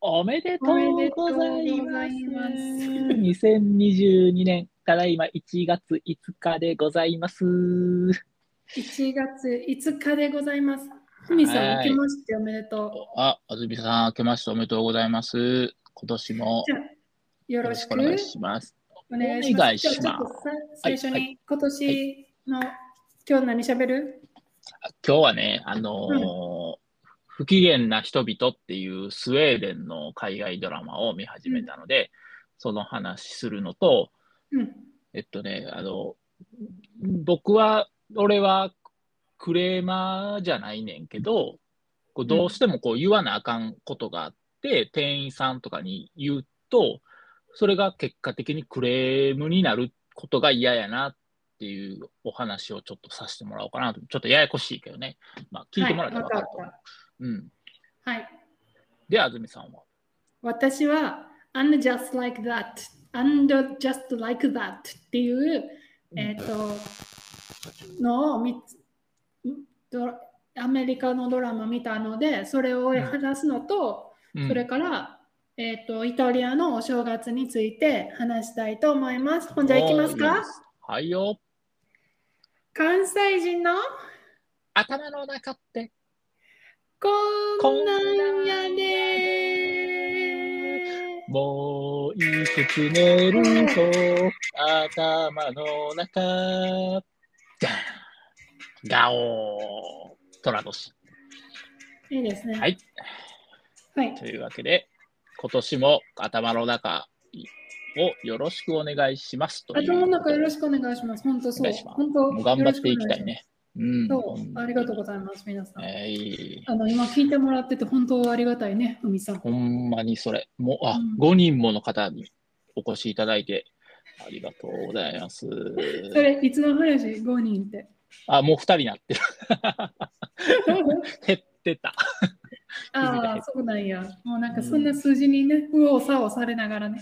おめでとおめうでごとうざいごまざすいます。 2022年、ただいま1月5日でございます。 1月5日でございます。ふみさん、は明いけましておめでとあ、あずみさん、明けましておめでとうございます。今年もう。じゃあ、よよろしくおお願願いいしします。ます。お願いしますじゃあちょっとさ最初はに今年の、今日何しゃべるあ今日はね、あのー不機嫌な人々っていうスウェーデンの海外ドラマを見始めたので、その話するのと、うん。えっとね、あの、僕は、俺はクレーマーじゃないねんけど、こうどうしてもこう言わなあかんことがあって、店員さんとかに言うと、それが結果的にクレームになることが嫌やなっていうお話をちょっとさせてもらおうかなと。ちょっとややこしいけどね。まあ、聞いてもらったら分かると思う。はいわかうん。ったはい。で、安住さんは。私は、and just like that, and just like that っていう、えっ、と、のを見つドラアメリカのドラマ見たので、それを話すのと、うんそれから、えー、とイタリアのお正月について話したいと思います。ほんじゃいきますおーいいかですはいよ。関西人の頭の中って。こんなんやでもういくつ寝ると頭の中、ダーンガオー虎年。いいですね。ははい。い。というわけで、今年も頭の中をよろしくお願いしますという。頭の中よろしくお願いします。本当おそ願ういし。ます本当もう頑張っていきたいね。うん。よろしくお願いしますそう。ありがとうごございます、皆さん。いあの今聞いてもらってて本当ありがたいね、海さん。ほんまにそれ。もう、あ、うん5人もの方にお越しいただいて、ありがとうございます。それ、いつの話 ?5 人 って。あ、もう2人になってる。減ってた。気づいたあよあ、そうなんや。もうなんかそんな数字にね、右往左往されながらね、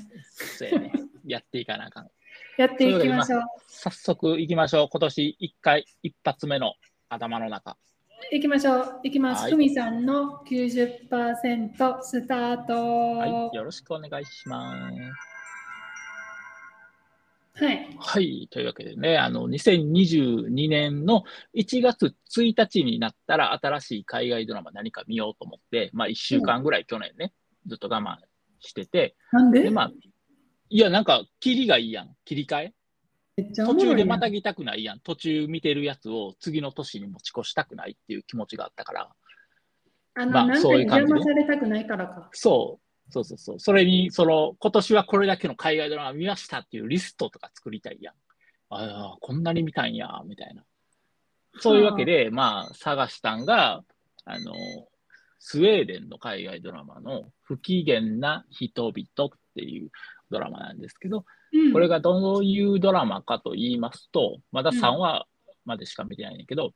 そうやね。やっていかなあかん。やっていきましょう。早速行きましょう。今年1回、一発目の頭の中。いきましょう。いきます。はいふみさんの90%スタート。は。はいよろしくお願いします。い。はい。というわけでね、あの、2022年の1月1日になったら、新しい海外ドラマ何か見ようと思って、まあ、1週間ぐらい去年ね、ずっと我慢してて、なんでで、まあ、いや、なんか、切りがいいやん。切り替え。めっちゃお途も中ろいでやんまたぎたくないやん。途中見てるやつを次の年に持ち越したくないっていう気持ちがあったから、あの、まあなんかそういう感じ邪ね魔されたくないからか。そう、そうそうそう。それに、その、今年はこれだけの海外ドラマ見ましたっていうリストとか作りたいやん。ああ、こんなに見たんや、みたいな。そういうわけで、まあ、探したんが、あの、スウェーデンの海外ドラマの不機嫌な人々っていうドラマなんですけど、うんこれがどういうドラマかと言いますと、まだ3話までしか見てないんだけど、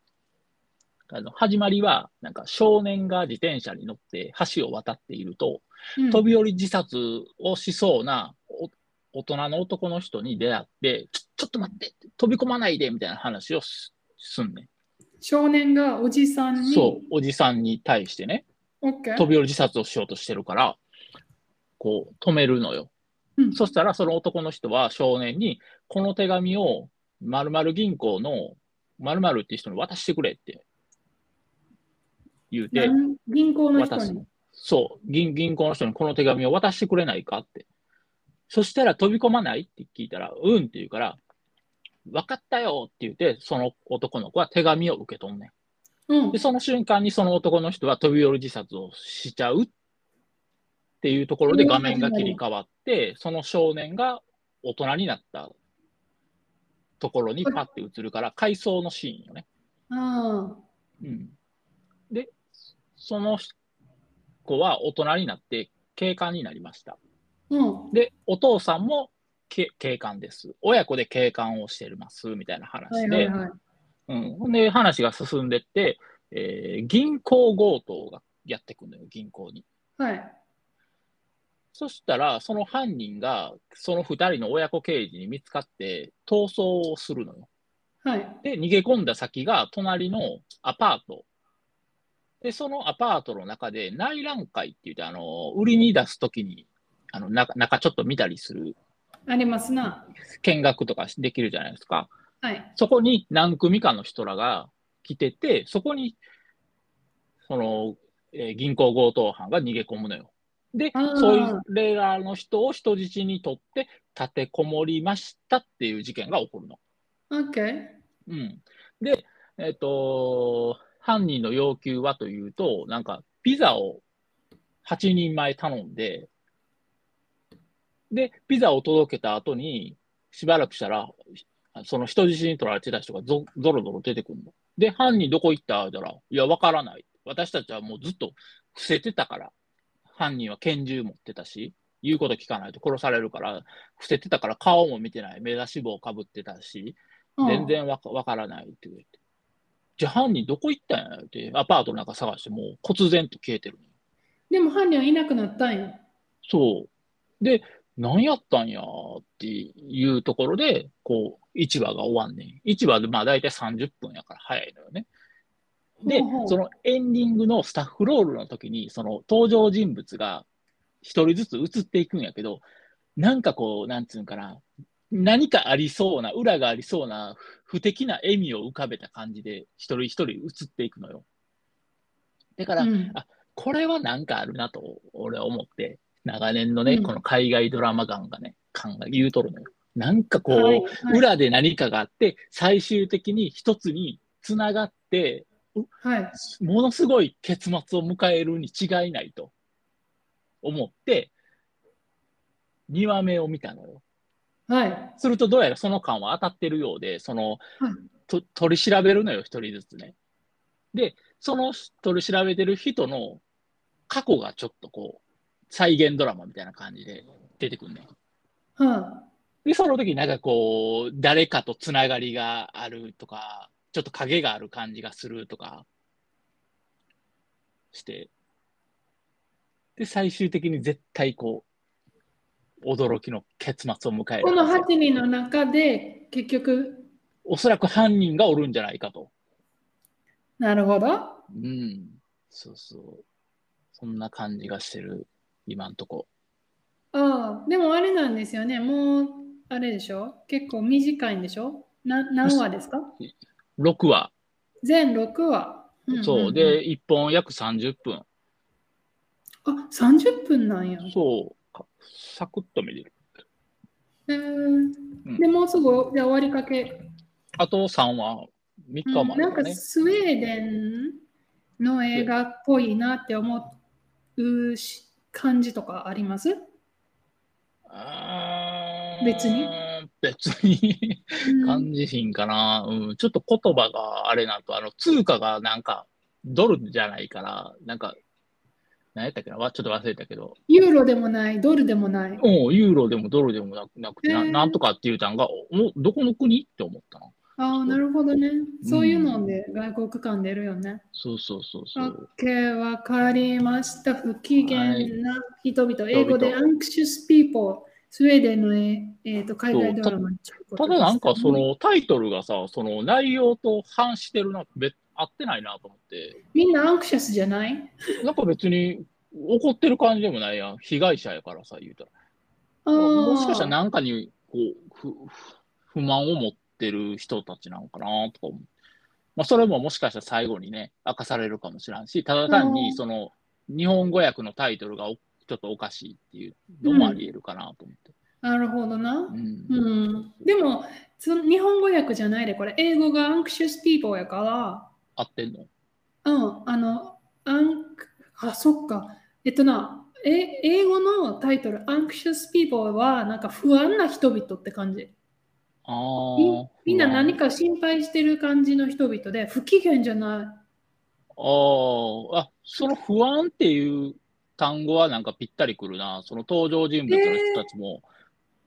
あの始まりは、なんか少年が自転車に乗って橋を渡っていると、うん飛び降り自殺をしそうなお大人の男の人に出会って、ちょちょっと待って、飛び込まないでみたいな話をすすんね少年がおじさんん。に、そう、おじさんに対してね、オッケー飛び降り自殺をしようとしてるから、こう、止めるのよ。うんそしたら、その男の人は少年に、この手紙を〇〇銀行の〇〇っていう人に渡してくれって言うてな、ん銀行の人渡すに。そう銀、銀行の人にこの手紙を渡してくれないかって。そしたら飛び込まないって聞いたら、うんって言うから、分かったよって言って、その男の子は手紙を受け取んねん。うんで、。その瞬間にその男の人は飛び降り自殺をしちゃうっていうところで画面が切り替わって、その少年が大人になったところにパッて映るから、回想のシーンよね。ああうん、で、その子は大人になって警官になりました。うん。で、お父さんもけ警官です。親子で警官をしていますみたいな話で、はいはいはい。うん、ほんで話が進んでって、えー銀行強盗がやってくるのよ、銀行に。はい。そしたら、その犯人が、その2人の親子刑事に見つかって、逃走をするのよ。はい。で、逃げ込んだ先が、隣のアパートで、そのアパートの中で内覧会って言って、あの、売りに出すときに、あの、中、中ちょっと見たりする、ありますな。見学とかできるじゃないですか。はい。そこに何組かの人らが来てて、そこに、その、えー銀行強盗犯が逃げ込むのよ。であ、ーそういうレーダーの人を人質にとって立てこもりましたっていう事件が起こるの。 OK。うん、で、えっ、と、犯人の要求はというと、なんか、ピザを8人前頼んで、で、ピザを届けた後に、しばらくしたら、その人質に取られてた人がぞぞろぞろ出てくるの。で、犯人どこ行った言うたら、いや、わからない。私たちはもうずっと伏せてたから、犯人は拳銃持ってたし、言うこと聞かないと殺されるから、伏せてたから顔も見てない、目出し帽かぶってたし、うん全。然わかわからないって言って。じゃあ犯人どこ行ったんやって、アパートなんか探して、もう忽然と消えてる。でも犯人はいなくなったんよ。そう。で、何やったんやっていうところで、こう、市場が終わんねん。市場でまあ大体30分やから早いのよね。でほうほ、うそのエンディングのスタッフロールの時に、その登場人物が一人ずつ映っていくんやけど、なんかこう、なんつうんかな、何かありそうな、裏がありそうな、不敵な笑みを浮かべた感じで、一人一人映っていくのよ。だから、うんあこれはなんかあるなと、俺は思って、長年のね、うんこの海外ドラマ感がね、考え、言うとるのよ。なんかこう、はいはい裏で何かがあって、最終的に一つに繋がって、はい。ものすごい結末を迎えるに違いないと思って、2話目を見たのよ。はい。すると、どうやらその間は当たってるようで、その、と取り調べるのよ、一人ずつね。で、その取り調べてる人の過去がちょっとこう、再現ドラマみたいな感じで出てくるね。はで、その時なんかこう、誰かとつながりがあるとか、ちょっと影がある感じがするとか、して、で、最終的に絶対こう、驚きの結末を迎えいる。この8人の中で結局、おそらく犯人がおるんじゃないかと。なるほど。うん。そうそう。そんな感じがしてる、今んとこ。ああ、でもあれなんですよね。もう、あれでしょ結構短いんでしょな何話ですか6話。全6話。んんんそう。、で、1本約30分。あ、30分なんや。そう。かサクッと見れる。えー、でもうすぐじゃあ終わりかけ、あと3話。3うん日までなんだかね。スウェーデンの映画っぽいなって思うし感じとかあります、あー別に別にうん感じひんかな、うん。ちょっと言葉があれなんと、あの、通貨がなんか、ドルじゃないから、なんか、何やったっけなわちょっと忘れたけど、ユーロでもない、ドルでもない。うん、ユーロでもドルでもなくなくて、なへーなんとかっていう単が、おもうどこの国って思ったな。ああ、なるほどね。そういうので外国感出るよね。そうそうそうそオッう。ケー、わかりました。不機嫌な人々。い英語で人 anxious people。スウェーデンの、ええーと海外ドラマにちょっとただなんかそのタイトルがさ、その内容と反してるな、べ合ってないなと思って、みんな anxious じゃないなんか別に怒ってる感じでもないやん。被害者やからさ、言うたら。あもーしかしたらなんかにこうふふ不満を持ってる人たちなのかなとか思う。まあ、それももしかしたら最後にね、明かされるかもしれんし、ただ単うにんその日本語訳のタイトルがおちょっとおかしいっていうのもあり得るかなと思って。なるほどなう。んうん。でも、その日本語訳じゃないで、これ、英語が anxious people やか合ってんのら、うん、あの、アンあ、そっか。えっとな、え英語のタイトル、anxious people は、なんか不安な人々って感じ。あみあ。みんなあ何か心配してる感じの人々で、不機嫌じゃなあ。あ、その不安っていう単語はなんかぴったりくるな。その登場人物の人たちも、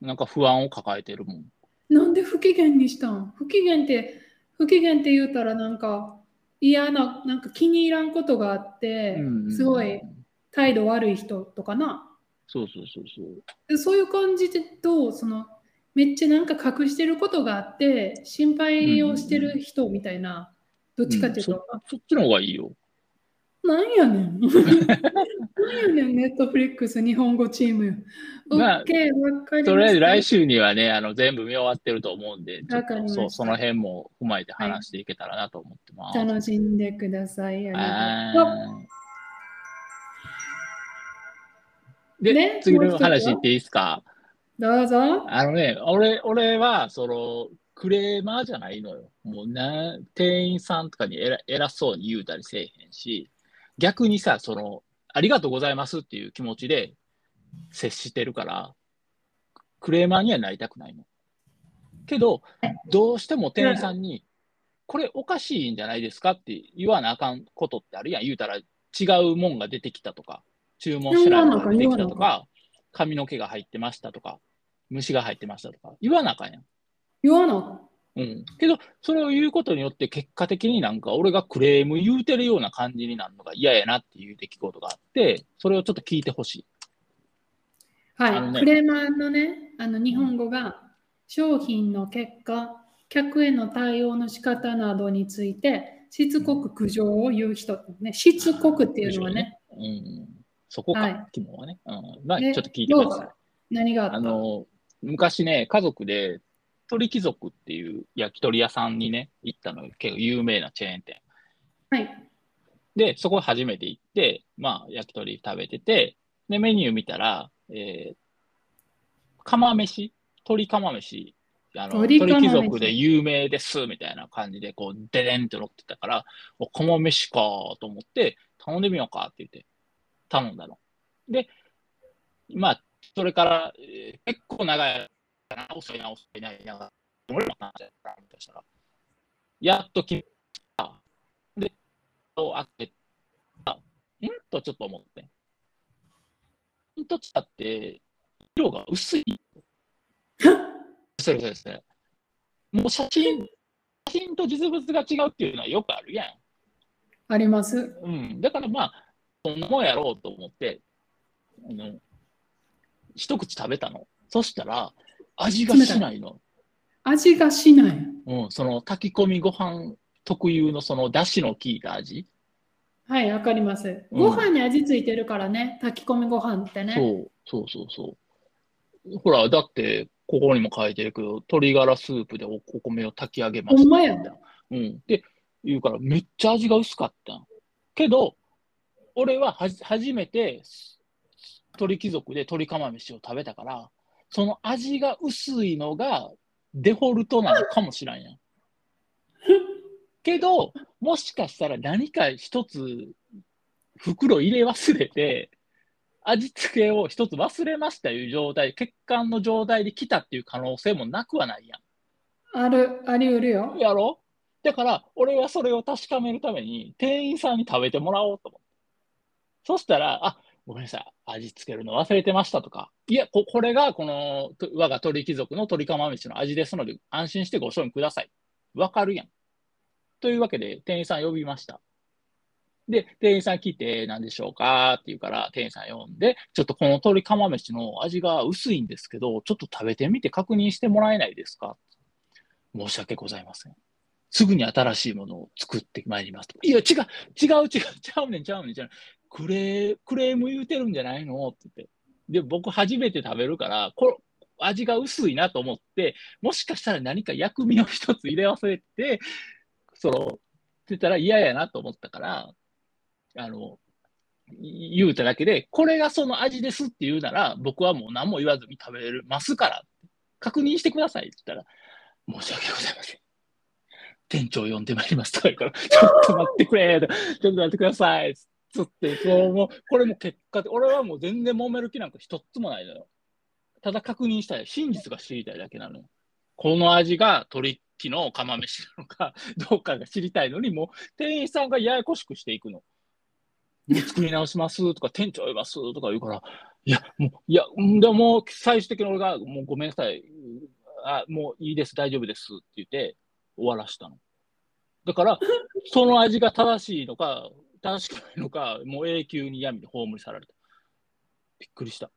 なんか不安を抱えてるもん。い。なんで不機嫌にしたん不機嫌って、不機嫌って言うたら、なんか嫌な、なんか気に入らんことがあって、うんすごい。態度悪い人とかな。そうそうそうそう。でそういう感じでとそのめっちゃなんか隠してることがあって心配をしてる人みたいな、どっちかっていうと、そっちの方がいいよ。あなんやねん。なんやねん、ネットフリックス日本語チーム。OK、まあわかりました。とりあえず来週にはね、あの全部見終わってると思うんで、ちょっわかりまとしたそうその辺も踏まえて話していけたらなと思ってます。楽しんでください。ありがとう。はいで、ね次もう一のつは話言っていいですかどうぞ。あのね、俺、俺は、その、クレーマーじゃないのよ。もうな、店員さんとかに偉偉そうに言うたりせえへんし、逆にさ、その、ありがとうございますっていう気持ちで接してるから、クレーマーにはなりたくないの。けど、どうしても店員さんに、これおかしいんじゃないですかって言わなあかんことってあるやん。言うたら違うもんが出てきたとか、注文してないものが出てきた言わなあかんと言わなか、髪の毛が入ってましたとか、虫が入ってましたとか、言わなあかんやん。言わな。うん。けど、それを言うことによって、結果的になんか俺がクレーム言うてるような感じになるのが嫌やなっていう出来事があって、それをちょっと聞いてほしい。あはい、のねクレーマーのね、あの日本語が商品の結果、客への対応の仕方などについて、しつこく苦情を言う人、ね、しつこくっていうのはね、うん。そこか、はい肝はね。うん。まあ、ちょねっと聞いてどくうださい。ぞ何があったあの、昔ね、家族で、鳥貴族っていう焼き鳥屋さんにね、行ったのよ、結構有名なチェーン店。はい、 で、そこ初めて行って、まあ、焼き鳥食べてて、で、メニュー見たら、えー、釜飯、鶏釜飯、あの鶏鳥釜貴飯族で有名です、みたいな感じで、こう、デデンって乗ってたから、お釜飯かと思って、頼んでみようかって言って、頼んだの。で、まあ、それから、えー結構長い、直せ直せないながら、俺もなんちゃったみたいなしたら、やっと決めた。で、を開けた。んとちょっと思って。んとちゃって、色が薄い。そうですそうですね。もう写真、写真と実物が違うっていうのはよくあるやん。あります。うん、だからまあ、そんなもんやろうと思って、あの一口食べたの。そしたら、味がしないの。味がしない。うん、その炊き込みご飯特有のその出汁の効いた味。はい、わかります。うんご飯に味ついてるからね、炊き込みご飯ってね。そう、そうそうそう。ほら、だって、ここにも書いてるけど、鶏ガラスープでおお米を炊き上げました。ほんまやみたいなうん。で、言うから、めっちゃ味が薄かったん。けど、俺ははじ初めて、鳥貴族で鶏釜飯を食べたから、その味が薄いのがデフォルトなのかもしらんやん。けど、もしかしたら何か一つ袋入れ忘れて、味付けを一つ忘れましたいう状態、血管の状態で来たっていう可能性もなくはないや ある、あり得るよん。。やろだから、俺はそれを確かめるために、店員さんに食べてもらおうと思って。そしたら、あ、ごめんなさい、味付けるの忘れてましたとか、いや、ここれがこのと我が鳥貴族の鳥釜飯の味ですので、安心してご賞味ください。わかるやん。というわけで、店員さん呼びました。で、店員さん来て、何でしょうかって言うから、店員さん呼んで、ちょっとこの鶏釜飯の味が薄いんですけど、ちょっと食べてみて確認してもらえないですか申し訳ございません。すぐに新しいものを作ってまいりますと。いや、違う、違う、違う、違うねん、違うねん、違うねん。クレー、クレーム言うてるんじゃないのって言って。で、僕初めて食べるから、これ、味が薄いなと思って、もしかしたら何か薬味を一つ入れ忘れて、その、って言ったら嫌やなと思ったから、あの、い言うただけで、これがその味ですって言うなら、僕はもう何も言わずに食べれますから、確認してくださいって言ったら、申し訳ございません。店長呼んでまいりますとか言うから、 ちょっと待ってくれ、ちょっと待ってください、つって、そうもうこれも結果で、俺はもう全然揉める気なんか一つもないのよ。ただ確認したい、真実が知りたいだけなのよ。この味が鳥貴の釜飯なのか、 どうかが知りたいのに、もう店員さんがややこしくしていくの。もう作り直しますとか、店長呼びますとか言うから、いや、もう、いや、んでも、最終的に俺が、もうごめんなさい、あもういいです、大丈夫ですって言って、終わらしたの。だから、 その味が正しいのか、正しくないのか、もう永久に闇に葬り去られた。びっくりした。っ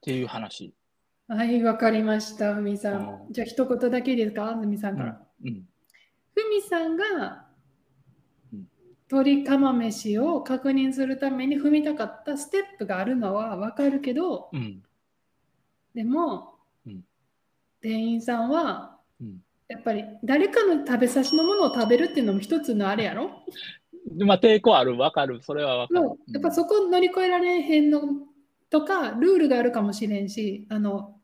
ていう話。はい、わかりました、ふみさん。うんじゃあ、一言だけいいですか、ふみさんから。うん。ふみさんがうん鶏釜飯を確認するために踏みたかったステップがあるのはわかるけど、うん。でも、うん店員さんはうんやっぱり誰かの食べさしのものを食べるっていうのも一つのあれやろ、でまあ、抵抗ある、わかる、それはわかる。もうやっぱそこ乗り越えられへんのとかルールがあるかもしれんしあの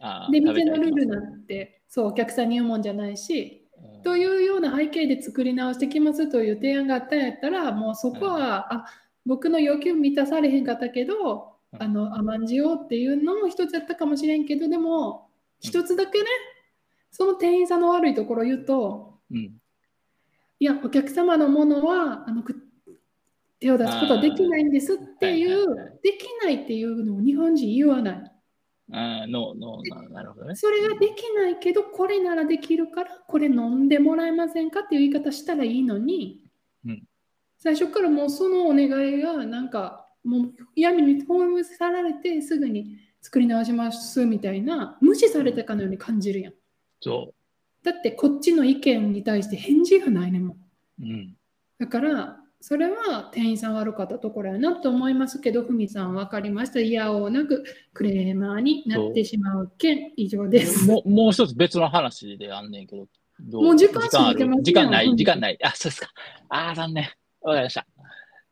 あで食べ店たのりルしーますルなんてそうお客さんに言うもんじゃないしうんというような背景で作り直してきますという提案があったんやったらもうそこは、あ僕の要求満たされへんかったけど、うんあの甘んじようっていうのも一つやったかもしれんけどでもうん一つだけね、その店員さんの悪いところを言うとうん。いやお客様のものはあのく手を出すことはできないんですっていあう、ーはいはいはできないっていうのを日本人言わない。あの、の、ななるほどね。それができないけどこれならできるからこれ飲んでもらえませんかっていう言い方したらいいのに、うん最初からもうそのお願いがなんかもう闇に葬られてすぐに作り直しますみたいな無視されたかのように感じるやんそだってこっちの意見に対して返事がないねんもう。んうん。だからそれは店員さん悪かったところやなと思いますけどふみさん分かりましたいやおうなくクレーマーになってしまう件以上ですもう、もう一つ別の話であんねんけど。どもう時間ある過ぎてますね時間なうい、ん時間ない。あ、そうですか。あー、残念。わかりました。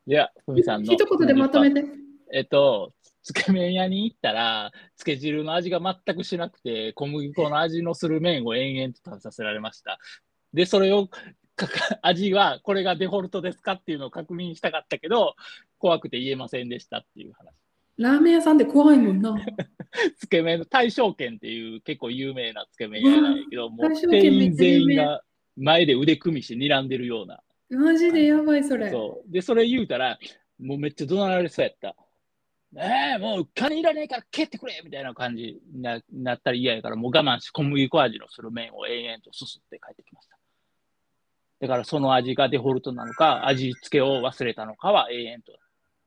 では、ふみさんの。一言でまとめてえっと、つけ麺屋に行ったら、つけ汁の味が全くしなくて、小麦粉の味のする麺を延々と食べさせられました。で、それを、かか味はこれがデフォルトですかっていうのを確認したかったけど、怖くて言えませんでしたっていう話。ラーメン屋さんって怖いもんな。つけ麺の大正軒っていう結構有名なつけ麺屋なんやけど、もう大正軒店員全員めっちゃ有名が前で腕組みして睨んでるような。マジでやばいそれ。そう。で、それ言うたら、もうめっちゃ怒鳴られそうやった。ねえ、もう金いらねえから蹴ってくれみたいな感じにななったら嫌やから、もう我慢して小麦粉味のする麺を延々とすすって帰ってきました。だからその味がデフォルトなのか、味付けを忘れたのかは永遠と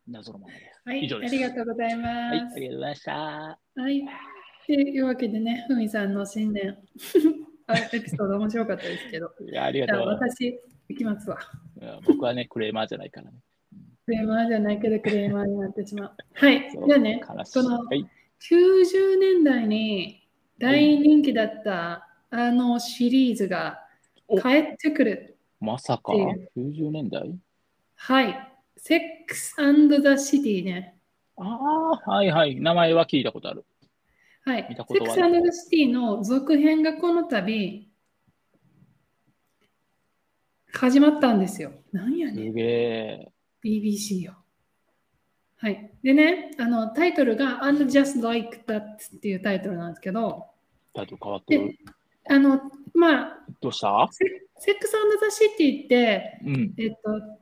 謎のままです。はい、以上あですりがとうございまはい、あすり。がとうございました。はい。というわけでね、ふみさんの新年 あエピソード面白かったですけど、いや、ありがじゃあとう。私行きますわ。いや僕はね、クレーマーじゃないからね。クレーマーじゃないけどクレーマーになってしまう。はい。そうじゃあね、悲しい。そのはい。 90年代に大人気だったあのシリーズがお帰ってくる。まさか、っていう90年代はい。セックスザ・シティね。ああ、はいはい。名前は聞いたことある。はい、見たこセとックはスアンドザシティの続編がこの度始まったんですよ。なんやすねん、げえ。 BBC よ。はい。でね、あのタイトルが And Just Like That っていうタイトルなんですけど、タイトル変わってでる。あの、まあ、どうしたセセックスアンドザシティって、うん。えっと、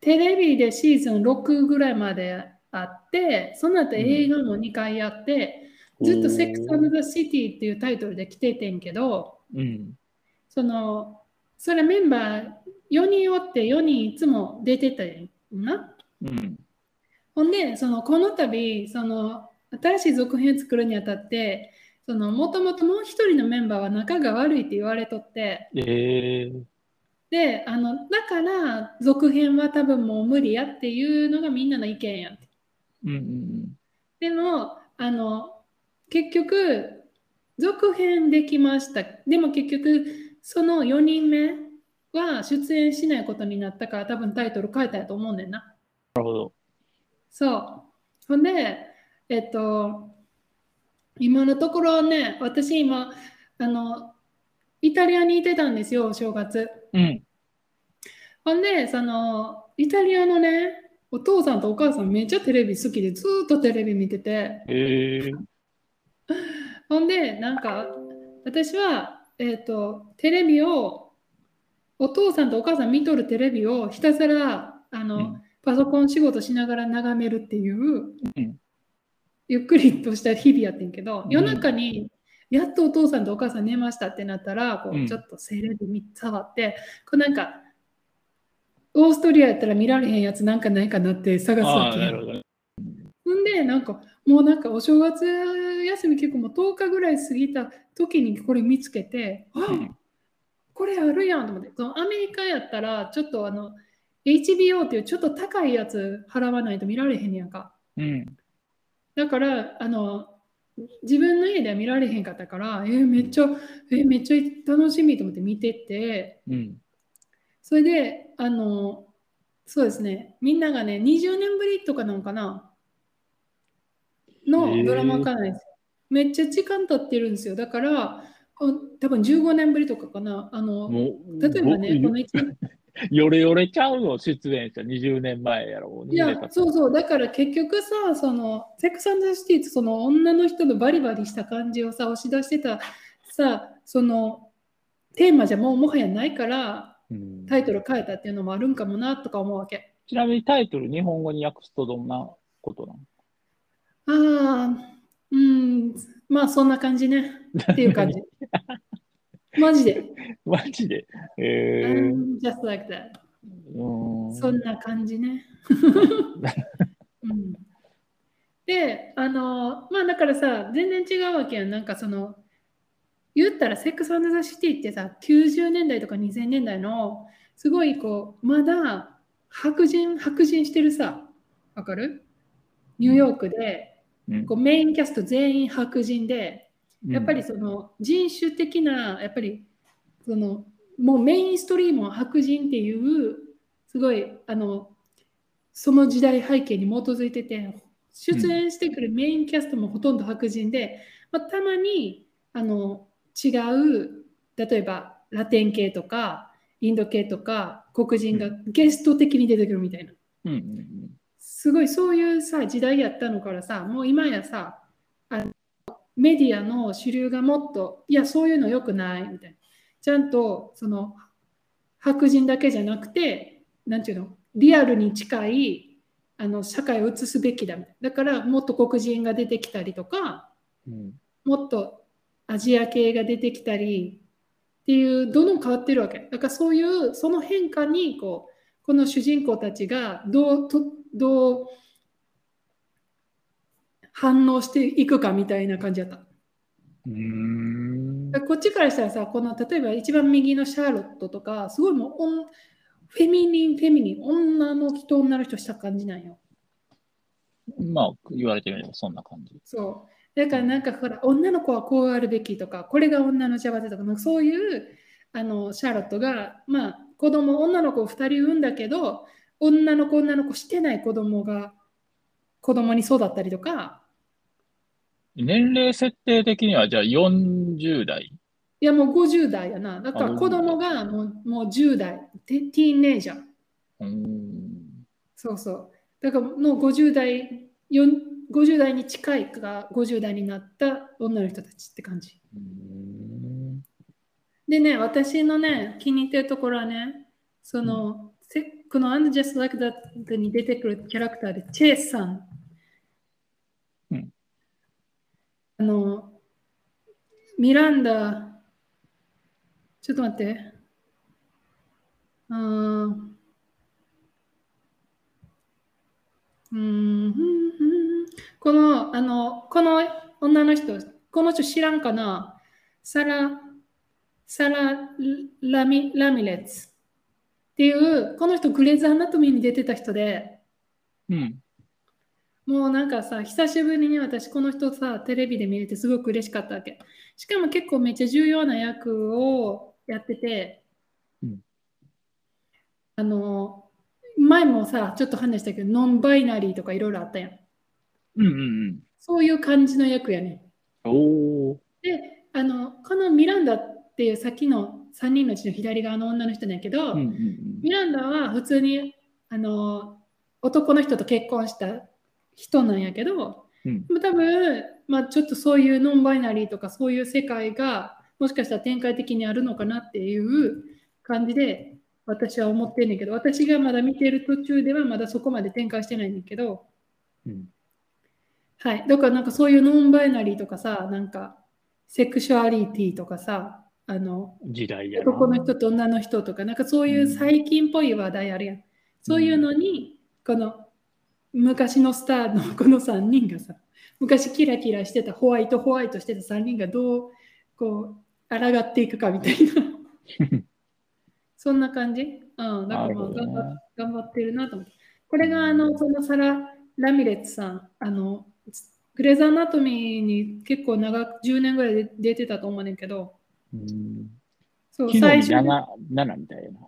テレビでシーズン6ぐらいまであって、その後映画も2回やって、ずっとセックスアンドザシティっていうタイトルで来ててんけど、うん。その、それメンバー4人おって4人いつも出てたやんな。うん。ほんで、その、この度、その、新しい続編作るにあたって、その、もともともう一人のメンバーは仲が悪いって言われとって、ええー。で、あの、だから、続編は多分もう無理やっていうのがみんなの意見やん。うんうんでもあの結局続編できましたでも結局その4人目は出演しないことになったから多分タイトル変えたやと思うねんななるほどそうほんでえっと今のところね私今あのイタリアにいてたんですよお正月うん。うん。ほんで、その、イタリアのね、お父さんとお母さんめっちゃテレビ好きでずーっとテレビ見てて、ええー。ほんで、なんか、私は、えっ、と、テレビを、お父さんとお母さん見とるテレビをひたすら、あの、うんパソコン仕事しながら眺めるっていう、うんゆっくりとした日々やってんけど、うん夜中に、やっとお父さんとお母さん寝ましたってなったら、こううんちょっとセレビ見触って、こうなんか、オーストリアやったら見られへんやつなんかないかなって探すあわあ、けなやるほど。ほんで、なんか、もうなんかお正月休み結構もう10日ぐらい過ぎた時にこれ見つけて、あ、うんこれあるやんと思って、そのアメリカやったら、ちょっとあの、 HBO っていうちょっと高いやつ払わないと見られへんやんか。うん。だからあの自分の家では見られへんかったから、えーめっちゃ、えーめっちゃ楽しみと思って見てて、うん。それで、あの、そうですね、みんながね、20年ぶりとかなんかな、へのードラマ化なんですよ。めっちゃ時間経ってるんですよ。だから、お多分15年ぶりとかかな。あものう、例えばね、こごの一年よれよれちゃうの、出演者20年前やろ。いや、そうそう、だから結局さ、その、セックス・アンド・ザシティって、その女の人のバリバリした感じをさ、押し出してた、さ、その、テーマじゃもうもはやないから、うんタイトル変えたっていうのもあるんかもなとか思うわけ。ちなみにタイトル、日本語に訳すとどんなことなのああ、うん、まあそんな感じね。っていう 感じ。マジで。マジで。えー、 I'm just like that. うーんそんな感じね。うん、で、あの、まあだからさ、全然違うわけやん。なんかその、言ったら、セックス・アンド・ザ・シティってさ、90年代とか2000年代の、すごいこう、まだ白人、白人してるさ、わかるニューヨークで、うんこうメインキャスト全員白人で、やっぱりうんその人種的なやっぱりそのもうメインストリームは白人っていうすごいあのその時代背景に基づいてて出演してくるメインキャストもほとんど白人で、まあ、たまにあの違う例えばラテン系とかインド系とか黒人がゲスト的に出てくるみたいな。うんうんすごいそういうさ時代やったのからさもう今やさあのメディアの主流がもっといやそういうの良くないみたいなちゃんとその白人だけじゃなくてなんていうのリアルに近いあの社会を映すべきだみたいなだからもっと黒人が出てきたりとかうんうんもっとアジア系が出てきたりっていうどんどん変わってるわけだからそういうその変化にこうこの主人公たちがどうとどう反応していくかみたいな感じだったうーんだからこっちからしたらさこの例えば一番右のシャーロットとかすごいもうおんフェミニンフェミニン女の人女の人した感じなんよまあ、言われてみればそんな感じ。そうだからなんかほら女の子はこうあるべきとかこれが女の幸せとかなんかそういうあのシャーロットがまあ子供女の子を2人産んだけど女の子女の子してない子供が子供に育ったりとか年齢設定的には、じゃあ40代。いやもう50代やなだからあ子供がもうもう10代テティーンエイジャーうーんそうそうだからの50代よん50代に近いか50代になった女の人たちって感じうーんでね、私のね、気に入ってるところはね、その、せこの And Just Like That に出てくるキャラクターで、チェさん。うんあの、ミランダ、ちょっと待って。うーん。うーんこの、あの、この女の人、この人知らんかなサラ、サラ・ラミラミレッツっていう、この人、グレーズ・アナトミーに出てた人で、うん。もうなんかさ、久しぶりに私、この人さ、テレビで見れてすごく嬉しかったわけ。しかも結構めっちゃ重要な役をやってて、うんあの、前もさ、ちょっと話したけど、ノンバイナリーとかいろいろあったやん。うんうんうん。そういう感じの役やねん。おー。であのこのミランダっていうさっきの3人のうちの左側の女の人なんやけど、うんうんうんミランダは普通にあの男の人と結婚した人なんやけど、うんでも多分、まあ、ちょっとそういうノンバイナリーとかそういう世界がもしかしたら展開的にあるのかなっていう感じで私は思ってんねんけど私がまだ見てる途中ではまだそこまで展開してないねんだけど、うんはい、だからなんかそういうノンバイナリーとかさなんかセクシュアリティとかさあの時代やな。男の人と女の人とか、なんかそういう最近っぽい話題あるやん。そういうのに、この昔のスターのこの3人がさ、昔キラキラしてたホワイトホワイトしてた3人がどう、 こう、抗っていくかみたいな。そんな感じうん、だなからまある頑ほ張どっね頑張ってるなと思って。これがあのそのサラ・ラミレッツさん、あのグレーザー・アナトミーに結構長く10年ぐらいで出てたと思うねんけど、うんそう昨最日初に7、7みたいな。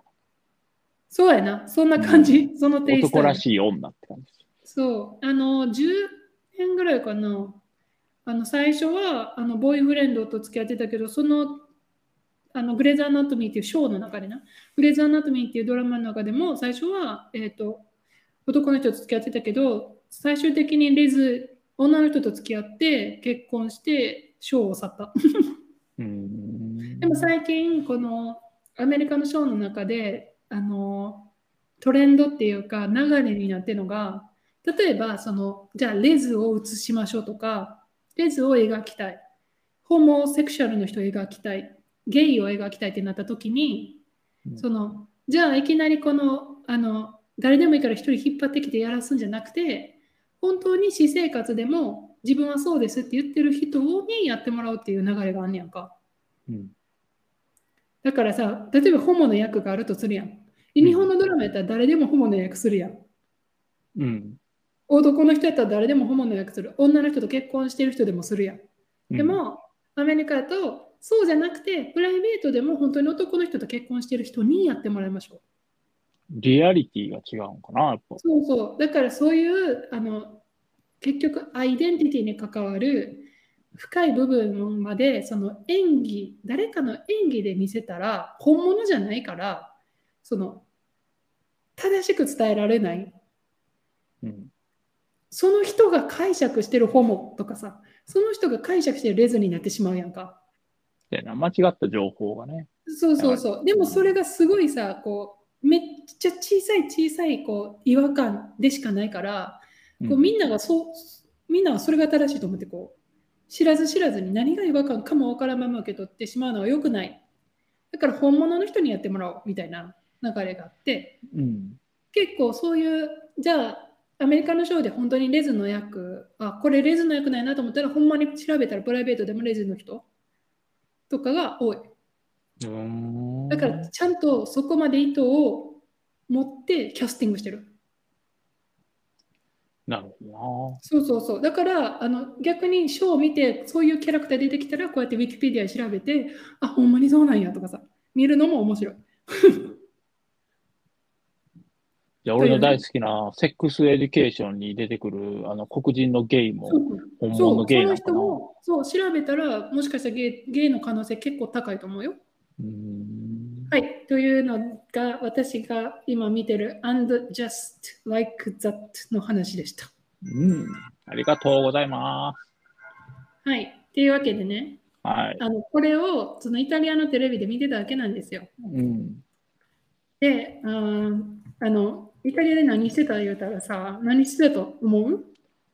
そうやな、そんな感じ、そのテイスト男やならしい女って感じ。そう、あの10年ぐらいかな。あの最初はあのボーイフレンドと付き合ってたけど、そのあのグレザー・アナトミーっていうショーの中でな、グレザー・アナトミーっていうドラマの中でも最初は、えー、と男の人と付き合ってたけど、最終的にレズ、女の人と付き合って結婚してショーを去った。うんでも最近このアメリカのショーの中であのトレンドっていうか流れになってるのが例えばそのじゃあレズを映しましょうとかレズを描きたいホモセクシャルの人を描きたいゲイを描きたいってなった時にうんそのじゃあいきなりこのあの誰でもいいから一人引っ張ってきてやらすんじゃなくて本当に私生活でも自分はそうですって言ってる人にやってもらうっていう流れがあんねやんか。うんだからさ、例えばホモの役があるとするやん。で日本のドラマやったら誰でもホモの役するやん。うん。男の人やったら誰でもホモの役する。女の人と結婚してる人でもするやん。でも、アメリカだとそうじゃなくて、プライベートでも本当に男の人と結婚してる人にやってもらいましょう。リアリティが違うのかな、やっぱ。そうそう。だからそういう、あの、結局、アイデンティティに関わる深い部分まで、その演技、誰かの演技で見せたら、本物じゃないから、その、正しく伝えられない。うん。その人が解釈してるホモとかさ、その人が解釈してるレズになってしまうやんか。でな、間違った情報がね。そうそうそう。でもそれがすごいさ、こう、めっちゃ小さい小さいこう違和感でしかないから、こうみんながそうみんなはそれが正しいと思ってこう知らず知らずに何が違和感かもわからんまま受け取ってしまうのは良くないだから本物の人にやってもらおうみたいな流れがあってうん。結構そういうじゃあアメリカのショーで本当にレズの役あこれレズの役ないなと思ったらほんまに調べたらプライベートでもレズの人とかが多いうん。だからちゃんとそこまで意図を持ってキャスティングしてるなるほそうそうそう。だから、あの逆にショーを見て、そういうキャラクター出てきたら、こうやってウィキペディアで調べて、あ、ほんまにそうなんやとかさ、見るのも面白い。どな。いや、俺の大好きな、セックスエデュケーションに出てくる、あの、黒人のゲイもそう、本そ物のうそゲイなののか人な。も、そう、調べたら、もしかしたらゲイゲイの可能性結構高いと思うよ。うん。はい。というのが、私が今見てる、and just like that の話でした。うん。ありがとうございまはい。っていうわけでね、す。はい。あのこれをそのイタリアのテレビで見てたわけなんですよ。うん。で、あーあの、イタリアで何してた言うたらさ、何してたと思う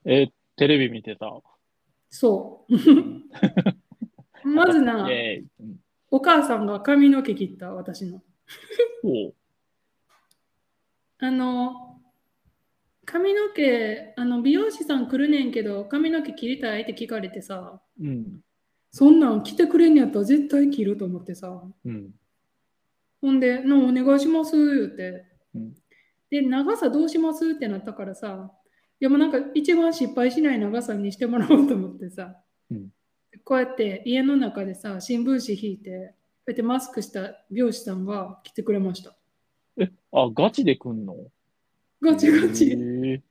え、テレビ見てた。 そう。まずな、えー、うんお母さんが髪の毛切った、私の。おうあの、髪の毛、あの、美容師さん来るねんけど、髪の毛切りたいって聞かれてさ、うん。そんなん来てくれんやったら絶対切ると思ってさ、うん。ほんで、のお願いします言うて、うんで、長さどうしますってなったからさ、いやもうなんか一番失敗しない長さにしてもらおうと思ってさ、うんこうやって家の中でさ、新聞紙引いて、こうやってマスクした美容師さんが来てくれました。あ、ガチで来んのガチガへチ。ーって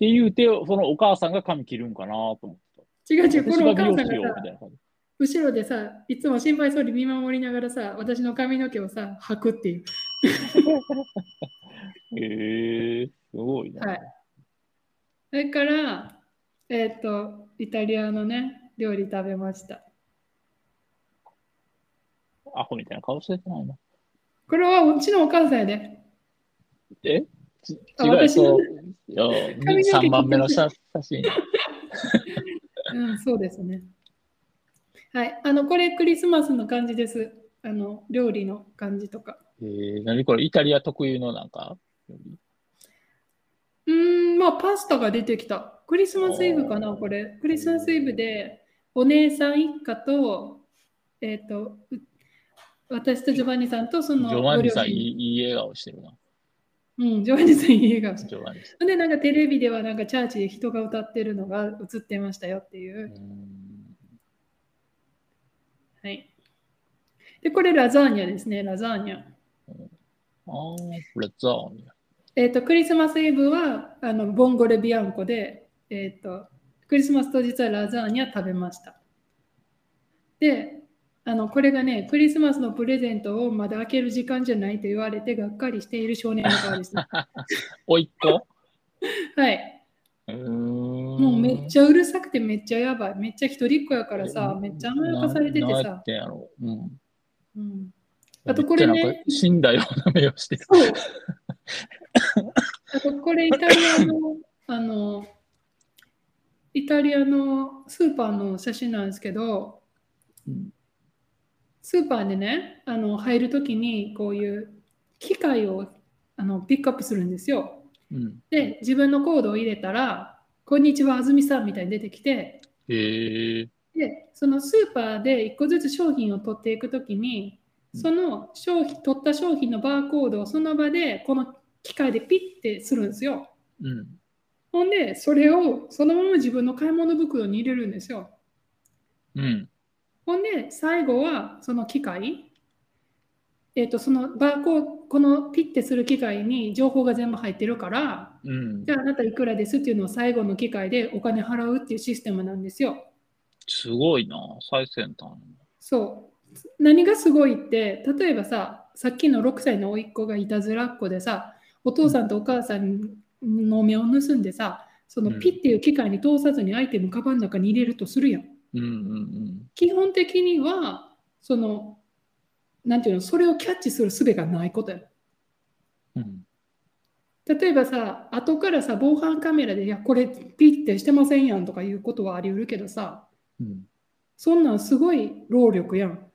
言うて、そのお母さんが髪切るんかなと思って違う違た。う、こ私のがお母美容さ師んをがみさ、たいな感じ。後ろでさ、いつも心配そうに見守りながらさ、私の髪の毛をさ、履くっていう。へえー、すごいな。はいそれから、えっ、と、イタリアのね、料理食べました。アホみたいな顔してないな。これはうちのお母さんやで。えちあ違う私の人ね。いや髪の毛切って3番目の写写真。うん、そうですね。はい、あの、これクリスマスの感じです。あの、料理の感じとか。えー、何これイタリア特有のなんかうーん、まあ、パスタが出てきた。クリスマスイブかな、これ。クリスマスイブで、お姉さん一家と、えっ、と、う私とジョバンニさんとそのジョバンニさん、いいご両いい笑顔してるな。親うん、ジョバンニさんいい笑顔してジョバンニさでなんかテレビではなんかチャーチで人が歌ってるのが映ってましたよっていう。ん。うんはい、でこれラザーニャですね、ラザーニャ。ああ、レッツアーニえっ、と、クリスマスイブはあのボンゴレビアンコで、えっ、と、クリスマス当日はラザーニャ食べました。で、あのこれがね、クリスマスのプレゼントをまだ開ける時間じゃないと言われてがっかりしている少年の顔です、ね。おいっ子はい。うーん。もうめっゃちゃうるさくてめっちゃやばい。めっちゃ一人っ子やからさ、めっちゃ甘やかされててなんさ。てやろう。うん。うん、あとこれねめっちゃなんか死んだような目をしてる。そう。あとこれイタリアの、あの、イタリアのスーパーの写真なんですけど、うんスーパーでね、あの入るときにこういう機械をあのピックアップするんですよ。うん。で、自分のコードを入れたら、こんにちは、安住さんみたいに出てきて、へえ。で、そのスーパーで1個ずつ商品を取っていくときに、その商品、取った商品のバーコードをその場でこの機械でピッてするんですよ。うん。ほんで、それをそのまま自分の買い物袋に入れるんですよ。うん。ほんで、最後はその機械、えっ、と、そのバーコード、このピッてする機械に情報が全部入ってるから、うんじ。ゃああなたいくらですっていうのを最後の機会でお金払うっていうシステムなんですよ。すごいな。最先端。そう。何がすごいって、例えばさ、さっきの6歳の甥っ子がいたずらっ子でさ、お父さんとお母さんの目を盗んでさ、そのピッていう機械に通さずにアイテムカバンの中に入れるとするやん。うんうん基本的には、その、なんていうの、それをキャッチする術がないことやん。うん。うん。例えばさ、後からさ、防犯カメラで、いや、これピッてしてませんやんとかいうことはあり得るけどさ、うん。そんなんすごい労力やん。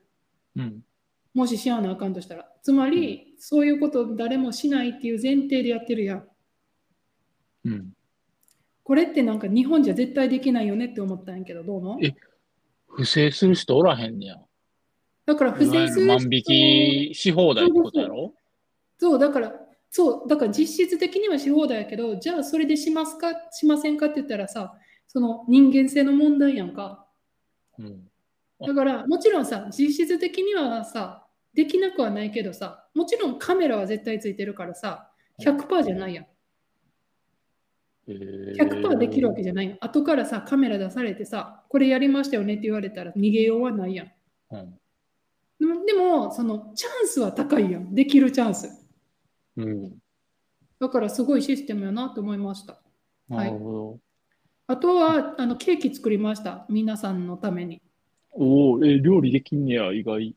うん。もししやなあかんとしたら。つまり、そういうこと誰もしないっていう前提でやってるやん。うん。これってなんか日本じゃ絶対できないよねって思ったんやけど、どうも。え不正する人おらへんねや。だから不正するいわゆ人る万引きし放題ってことやろそう、だから、そう、だから実質的にはし放題やけど、じゃあそれでしますか、しませんかって言ったらさ、その人間性の問題やんか。うん。だから、もちろんさ、実質的にはさ、できなくはないけどさ、もちろんカメラは絶対ついてるからさ、100%じゃないやん。100%できるわけじゃないよ。後からさ、カメラ出されてさ、これやりましたよねって言われたら逃げようはないやん。うん。でもでも、そのチャンスは高いやん。できるチャンス。うん。だからすごいシステムやなと思いました。なるほあとは、あのケーキ作りました。皆さんのために。ど。おお、え、料理できんねや、意外。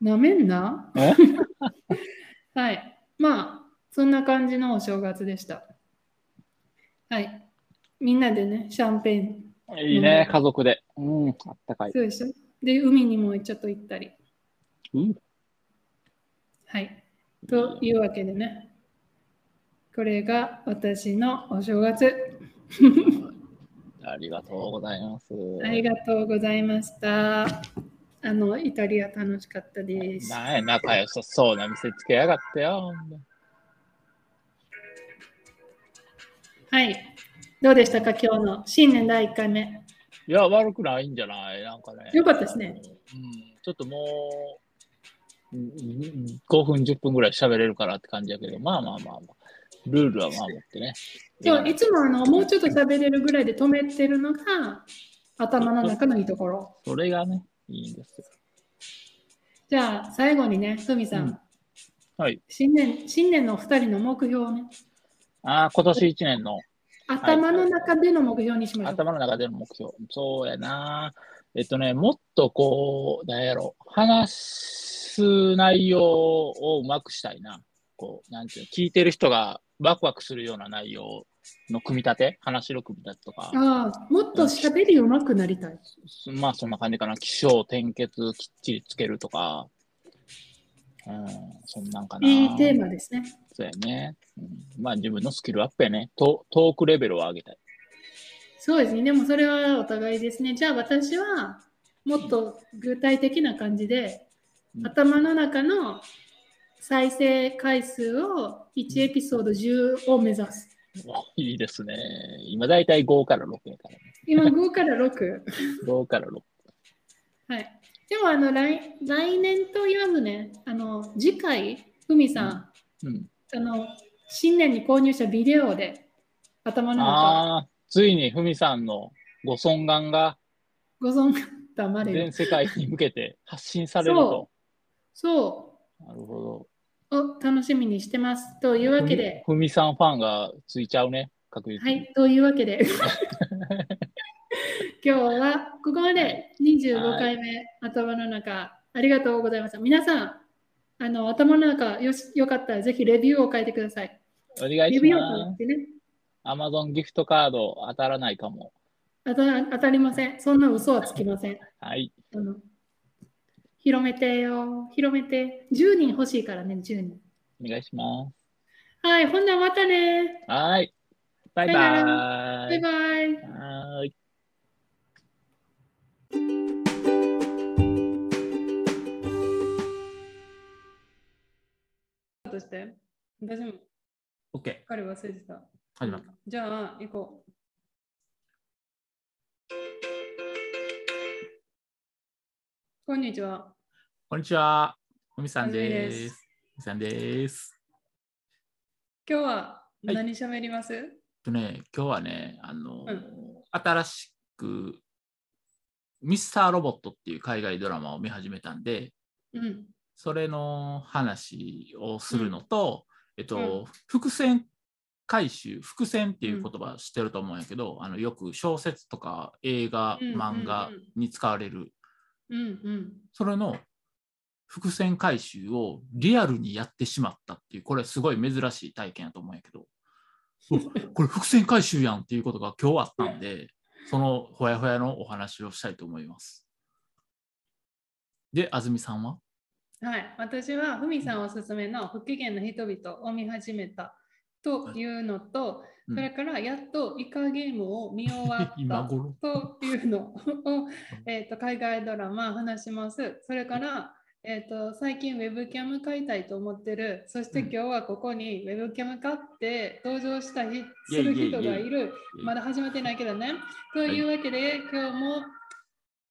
なめんなえ はい。まあ、そんな感じのお正月でした。はい。みんなでね、シャンペーン。いいね、家族で。うん、あったかい。そうでしょで、海にもちょっと行ったり。うん。はい。というわけでね、これが私のお正月。ありがとうございます。ありがとうございました。あの、イタリア楽しかったです。なんや、仲良さそうな見せつけやがってよ。ほんまはい。どうでしたか、今日の新年第1回目。いや、悪くないんじゃないなんかね。よかったですね。うん、ちょっともう、うんうん5分、10分ぐらい喋れるからって感じやけど、まあまあまあまあ、ルールは守ってね。そういつもあのもうちょっと喋れるぐらいで止めてるのが頭の中のいいところ。それがね、いいんですよ。じゃあ、最後にね、ふみさん、うんはい。新年、新年のお二人の目標をね、ああ、今年1年の頭の中での目標にしましょう。頭の中での目標。そうやな。えっとね、もっとこう、なんやろ、話す内容をうまくしたいな。こう、なんていうの、聞いてる人がワクワクするような内容の組み立て、話の組み立てとか。ああ、もっと喋り上手くなりたい。すまあそんな感じかな。気象、転結、きっちりつけるとか。うん、そんなんかな。いいテーマですね。そうやね、うん。まあ自分のスキルアップやね。トトークレベルを上げたい。 そうですね。でもそれはお互いですね。じゃあ私はもっと具体的な感じで、頭の中の再生回数を1エピソード10を目指す。いいですね。今だいたい5から6やから、ね。今5から6。 5から6。はい。でもあの来来年と言わずね、あの次回、ふみさうん。ん、あの新年に購入したビデオで頭の中ああ、ついにふみさんのご尊願がご存知黙れよ全。世界に向けて発信されると。そなるほう。を楽しみにしてます。というど。わけで、ふみふみさんファンがついちゃうね、確実はに。い、というわけ で、今日はここまで25回目、頭の中、ありがとうございました。皆さん、あの頭の中よし、よかったらぜひレビューを書いてください。お願いレしビューを書まいす。てね。 Amazon ギフトカード当たらないかも。あた当たりません。そんな嘘はつきません。はい。あの広めてよ、広めて。10人欲しいからね、10人。お願いします。はい、ほんならまたね。はい。バイさよババイイ。バイ。はーい。として私も OK。彼忘れてた。始まった。じゃあ、行こう。こんにちは。こんにちは。ふみさんはでじめですす。ふみさんです。今日ははい何喋ります、えっとね、今日はね、あの、うん新しく、ミスターロボットっていう海外ドラマを見始めたんで、うん。それの話をするのと、えっと、うん伏線回収、伏線っていう言葉知ってると思うんやけど、あのよく小説とか映画、うんうんうん漫画に使われる、うんうん。それの伏線回収をリアルにやってしまったっていう、これすごい珍しい体験やと思うんやけど、うわこれ伏線回収やんっていうことが今日あったんで、そのほやほやのお話をしたいと思います。で、安住さんははい。私は、ふみさんおすすめの不機嫌な人々を見始めたというのと、うんそれからやっとイカゲームを見終わ 今った頃とい うのを えーと海外ドラマ話します。それから、えー、と最近ウェブキャム買いたいと思ってる。そしてうん今日はここにウェブキャム買って登場したひすイェイるイェイ人がいる。イェイまだ始まってないけどね。というわけで、今日も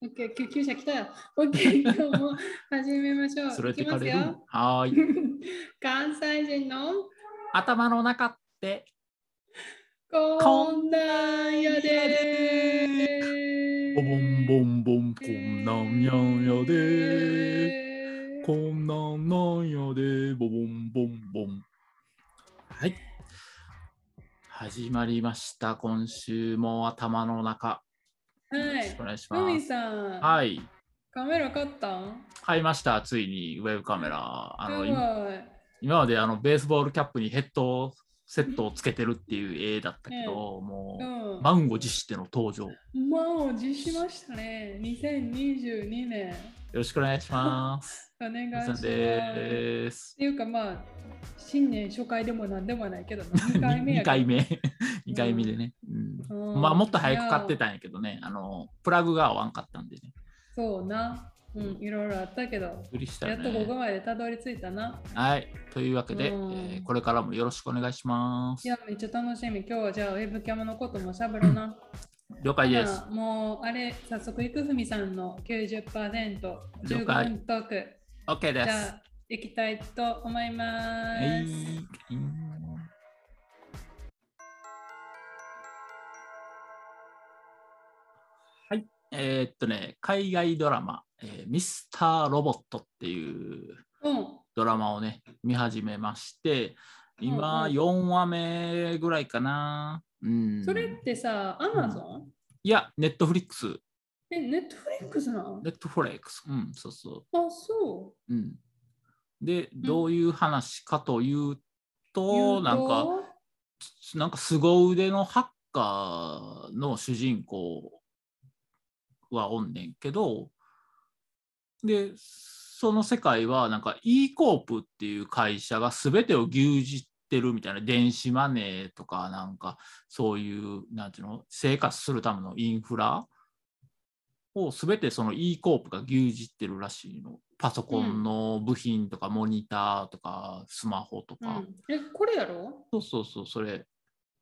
OK 救急車来たよ。OK 今日も始めましょう。連れていきかますれるよ。はーい。関西人の頭の中って。 こんなんやでーボンボンボンこんなんやんやで。こんなんなんやで。ボボンボンボン。はい。始まりました。今週も頭の中。はよろいしくお願いしふまみす。さん、はい。カメラ買ったん買いました。ついにウェブカメラ。あの、すごい今今まであのベースボールキャップにヘッドセットをつけてるっていう絵だったけど、もう、うん、マンゴ自しての登場。よ満を持しましたね。2022年。ろしくお願いします。お願いし皆まさんす。ってです。いうかまあ、新年初回でもなんでもないけ どな、2回目2やから回目。2回 目でね。うんまあもっと早く買って。いやたんやけどね、あのプラグが合わんかったんでね。そうな。うん、いろいろあったけど、びっくりしたやよっとここね。までたどり着いたな。はい。というわけで、えうんーこれからもよろしくお願いしまいす。や、めっちゃ楽しみ。今日はじゃあ、ウェブキャムのこともしゃべるな。了解でじすゃ。あもう、あれ、早速、いくふみさんの90%、15了解分トーク。 OK でじゃす。あ、行きたいと思います。はい。はい。えーっとね、海外ドラマ、えーミスターロボットっていううん。ドラマをね、見始めまして、うん今、うん4話目ぐらいかな。うん、それってさ、アマゾンいや、ネットフリックス。え、ネットフリックスなのネットフリックス。うん、そうそ。あ、そううん、で、どういう話かというと、う。なんか、か、なんか凄腕のハッカーの主人公はおんねんけど、で、その世界はなんか e コープっていう会社が全てを牛耳ってるみたいな電子マネーとかなんかそういうなんていうの生活するためのインフラを全てその e コープが牛耳ってるらしいのパソコンの部品とかモニターとかスマホとうか、んえ、これやろそうそうそうそれ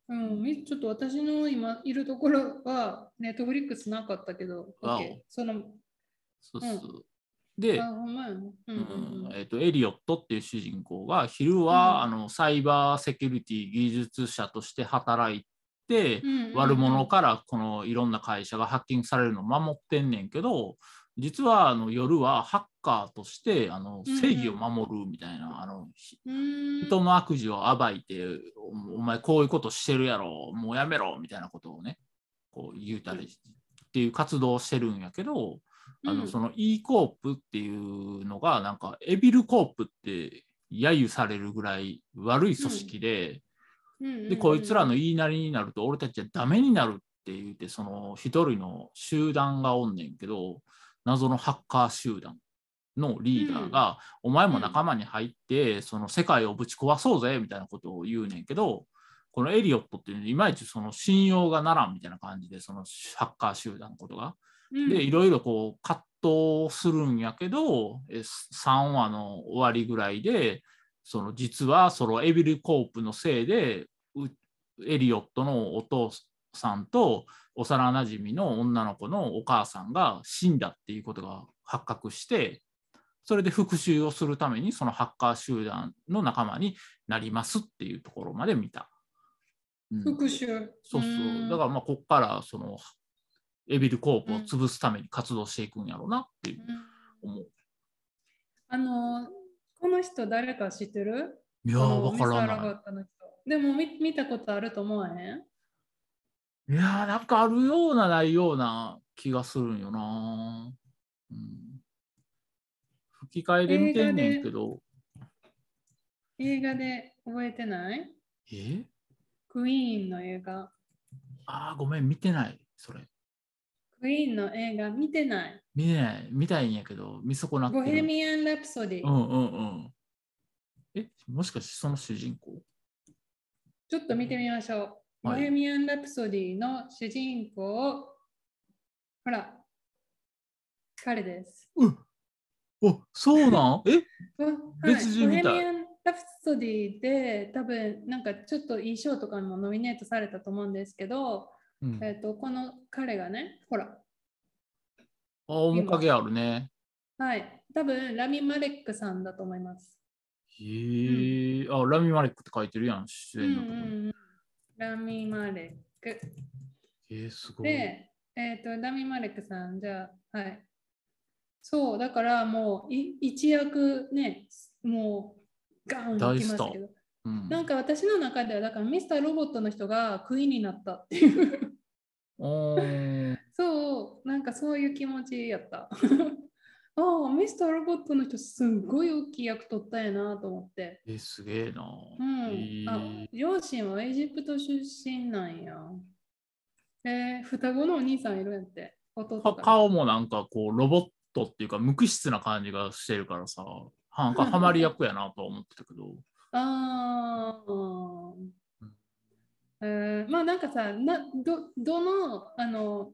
うん、みちょっと私の今いるところは、ネットフリックスなかったけど、わお OK その、そうそう、で、あ、ほんまやね。うんうんうんえっとエリオットっていう主人公が昼は、うんあのサイバーセキュリティ技術者として働いて、うんうん悪者からこのいろんな会社がハッキングされるのを守ってんねんけど実はあの夜はハッカーとしてあのうんうん正義を守るみたいな、あのひうーん人の悪事を暴いておお前こういうことしてるやろもうやめろみたいなことをねこう言うたりっていう活動をしてるんやけど、あうのんその E コープっていうのがなんかエビルコープって揶揄されるぐらい悪い組織で。うんうんうでんこいつらの言いなりになると俺たちはダメになるって言ってその一人の集団がおんねんけど謎のハッカー集団のリーダーが、お前も仲間に入って、その世界をぶち壊そうぜみたいなことを言うねんけどこのエリオットっていうのいまいちその信用がならんみたいな感じでそのハッカー集団のことが。うんでいろいろこう葛藤するんやけどえ3話の終わりぐらいでその実はそのエビル・コープのせいでうエリオットのお父さんと幼なじみの女の子のお母さんが死んだっていうことが発覚してそれで復讐をするためにそのハッカー集団の仲間になりますっていうところまで見た。うん復讐。そうそう。だからまあこっからそのエビルコープを潰すために活動していくんやろうなっていうら、うん思う。あの、この人誰か知ってるいやーあのわからミスターラなバッタの人でも見見たことあると思わへんい。いやーなんかあるようなないような気がするんよな。うん、吹き替えで見てんねんけど。映画で覚えてないえクイーンの映画。ああごめん見てないそれ。クイーンの映画見てない。見てない見たいんやけど見損なってボる。ヘミアン・ラプソディ。うんうんうん。えもしかしてその主人公ちょっと見てみましょう。ボはいヘミアン・ラプソディの主人公。ほら、彼です。うん。あそうなんえわはい別人みたいボヘミアン・ラプソディで多分なんかちょっといい賞とかにもノミネートされたと思うんですけど、うん、えっとこの彼がね、ほら、あー面影あるね。はい、多分ラミ・マレックさんだと思います。へえ、あ、ラミマレックって書いてるやん、う出ん演うのとこに。へんうん、ラミ・マレック。え、すごい。で、えっ、と、ラミ・マレックさん、じゃあ、はい。そう、だからもう、い一躍ね、もう、ガーン大来スまターしたけど。うん、なんか私の中では、だからミスターロボットの人がクイーンになったっていう、おーそう、なんかそういう気持ちやった。 ああ、ミスターロボットの人、すんごい大きい役取ったんやなと思って。え、すげえな。うんへあえ両親はエジプト出身なんや。えー双子のお兄さんいるんやって。弟かが顔もなんかこう、ロボットっていうか、無機質な感じがしてるからさ、なんかハマり役やなとは思ってたけど。ああ。えーまあなんかさなどどのあの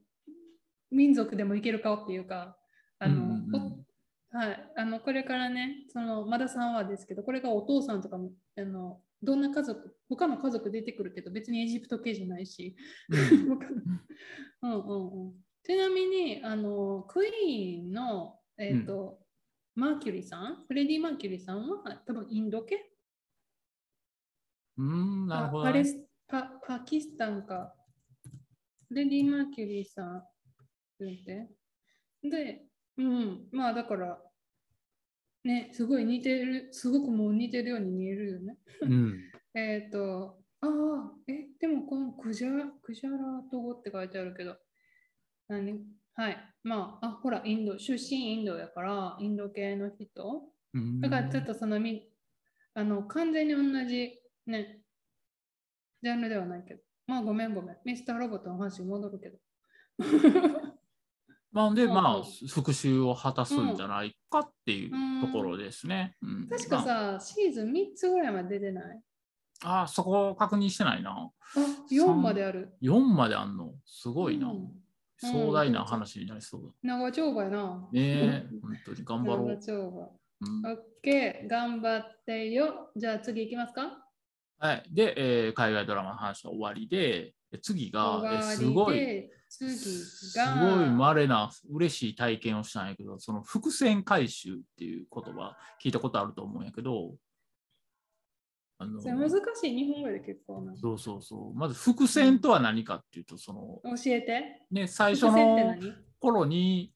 民族でもいけるかっていうかあの、うんうんうんおはい、あのこれからねそのまだ3話ですけどこれがお父さんとかもあのどんな家族他の家族出てくるけど別にエジプト系じゃないしうんわかんないうんうんうんちなみにあのクイーンの、えーとマーキュリーさんフレディ・マーキュリーさんは多分インド系うーん、なるほパど、レね。スパパキスタンか。レディ・マーキュリーさん。ちょっと待ってで、うん、まあだから、ね、すごい似てる、すごくもう似てるように見えるよね。うん。えっ、と、ああ、え、でもこのクジャクジャラト語って書いてあるけど、何はい。まあ、あ、ほら、インド、出身インドやから、インド系の人うんだからちょっとそのみあの完全に同じね、ジャンルではないけど。まあごめんごめん。ミスターロボットの話に戻るけど。まあ、で、うまんあ、復讐を果たすんじゃないかっていうところですね。うん確か、まさ、シーズン3つぐらいまで出てないああー、そこ確認してないな。あ、4まである。 4まであんの、すごいな。うん壮大な話になりそうだ。長丁場やな。ねえ、本当に頑張ろ長う。丁場。うんオッケー、頑張ってよ。じゃあ次行きますかはい。で、えー海外ドラマの話は終わりで、で次が、えーす終わごりい、で次すが、ごい稀な嬉しい体験をしたんやけど、その伏線回収っていう言葉聞いたことあると思うんやけど、あのそれ難しい日本語で結構な。教そうそうそう。まず伏線とは何かっていうと、その、えて。ね、最初伏線っての何頃に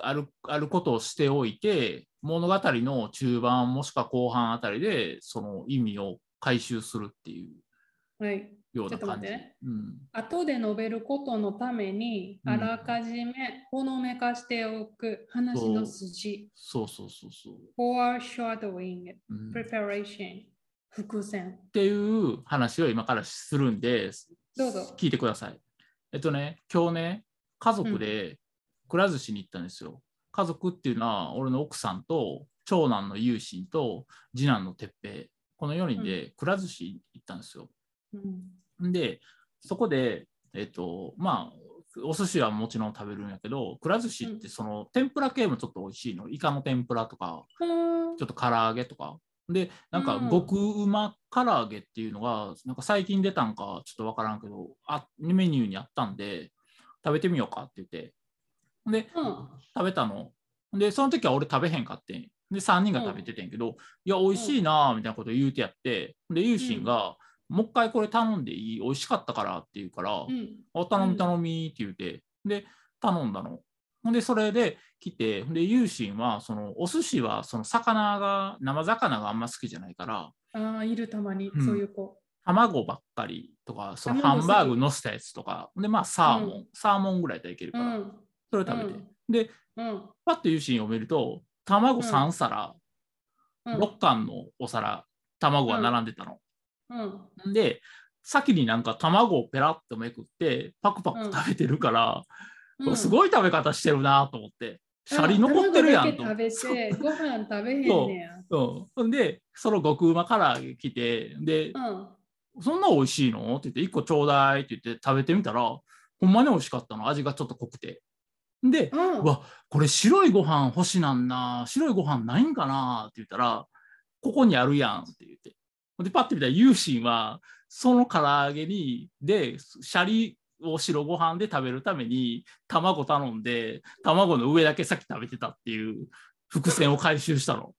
あるあることをしておいて物語の中盤もしくは後半あたりでその意味を回収するっていうはい。ような感じ。ちょっと待ってねうん後で述べることのために、うんあらかじめほのめかしておく話の筋。そうそうそうそう。 foreshadowing, うん、っ preparation, 伏線。ていう話を今からするんでどうぞ。聞いてください。えっとね今日ね家族でくら寿司に行ったんですよ。家族っていうのは俺の奥さんと長男の友親と次男の哲平この4人でくら寿司行ったんですよ。うんで、そこで、えっと、まあ、お寿司はもちろん食べるんやけど、くら寿司ってその、天ぷら系もちょっと美味しいの。イカの天ぷらとか、うんちょっと唐揚げとか。で、なんかうん極うま唐揚げっていうのが、なんか最近出たんかちょっとわからんけど、あメニューにあったんで、食べてみようかって言って。で、うん食べたの。で、その時は俺食べへんかってん。で、3人が食べててんけど、いや、美味しいなぁみたいなこと言うてやって、で、ユーシンが、もう一回これ頼んでいい美味しかったからって言うから、うんあ頼み頼みって言うて、で、頼んだの。ほんで、それで来て、で、ユーシンは、その、お寿司は、その、魚が、生魚があんま好きじゃないから、ああ、いるたまに、うんそういう子。卵ばっかりとか、その、ハ卵ン好きバーグ乗せたやつとか、で、まあ、サーモン、うサーモンぐらいでいけるうから、ん。それを食べて。うんで、うん。パッとユーシンを見ると、卵3皿、うん。 6貫のお皿、卵が並んでたの。うん。ん、で、先になんか卵をペラッとめくって、パクパク食べてるから、うんすごい食べ方してるなと思って、シャリ残ってるやんと思って。卵だけ食べて、ご飯食べへんねや。そうほんで、その極うま唐揚げ来て、で、うん。そんな美味しいのって言って、1個ちょうだいって言って食べてみたら、ほんまに美味しかったの、味がちょっと濃くて。で、うん。わこれ白いご飯欲しなんな白いご飯ないんかなって言ったらここにあるやんって言ってでパッて見たらユーシンはその唐揚げにでシャリを白ご飯で食べるために卵頼んで卵の上だけさっき食べてたっていう伏線を回収したの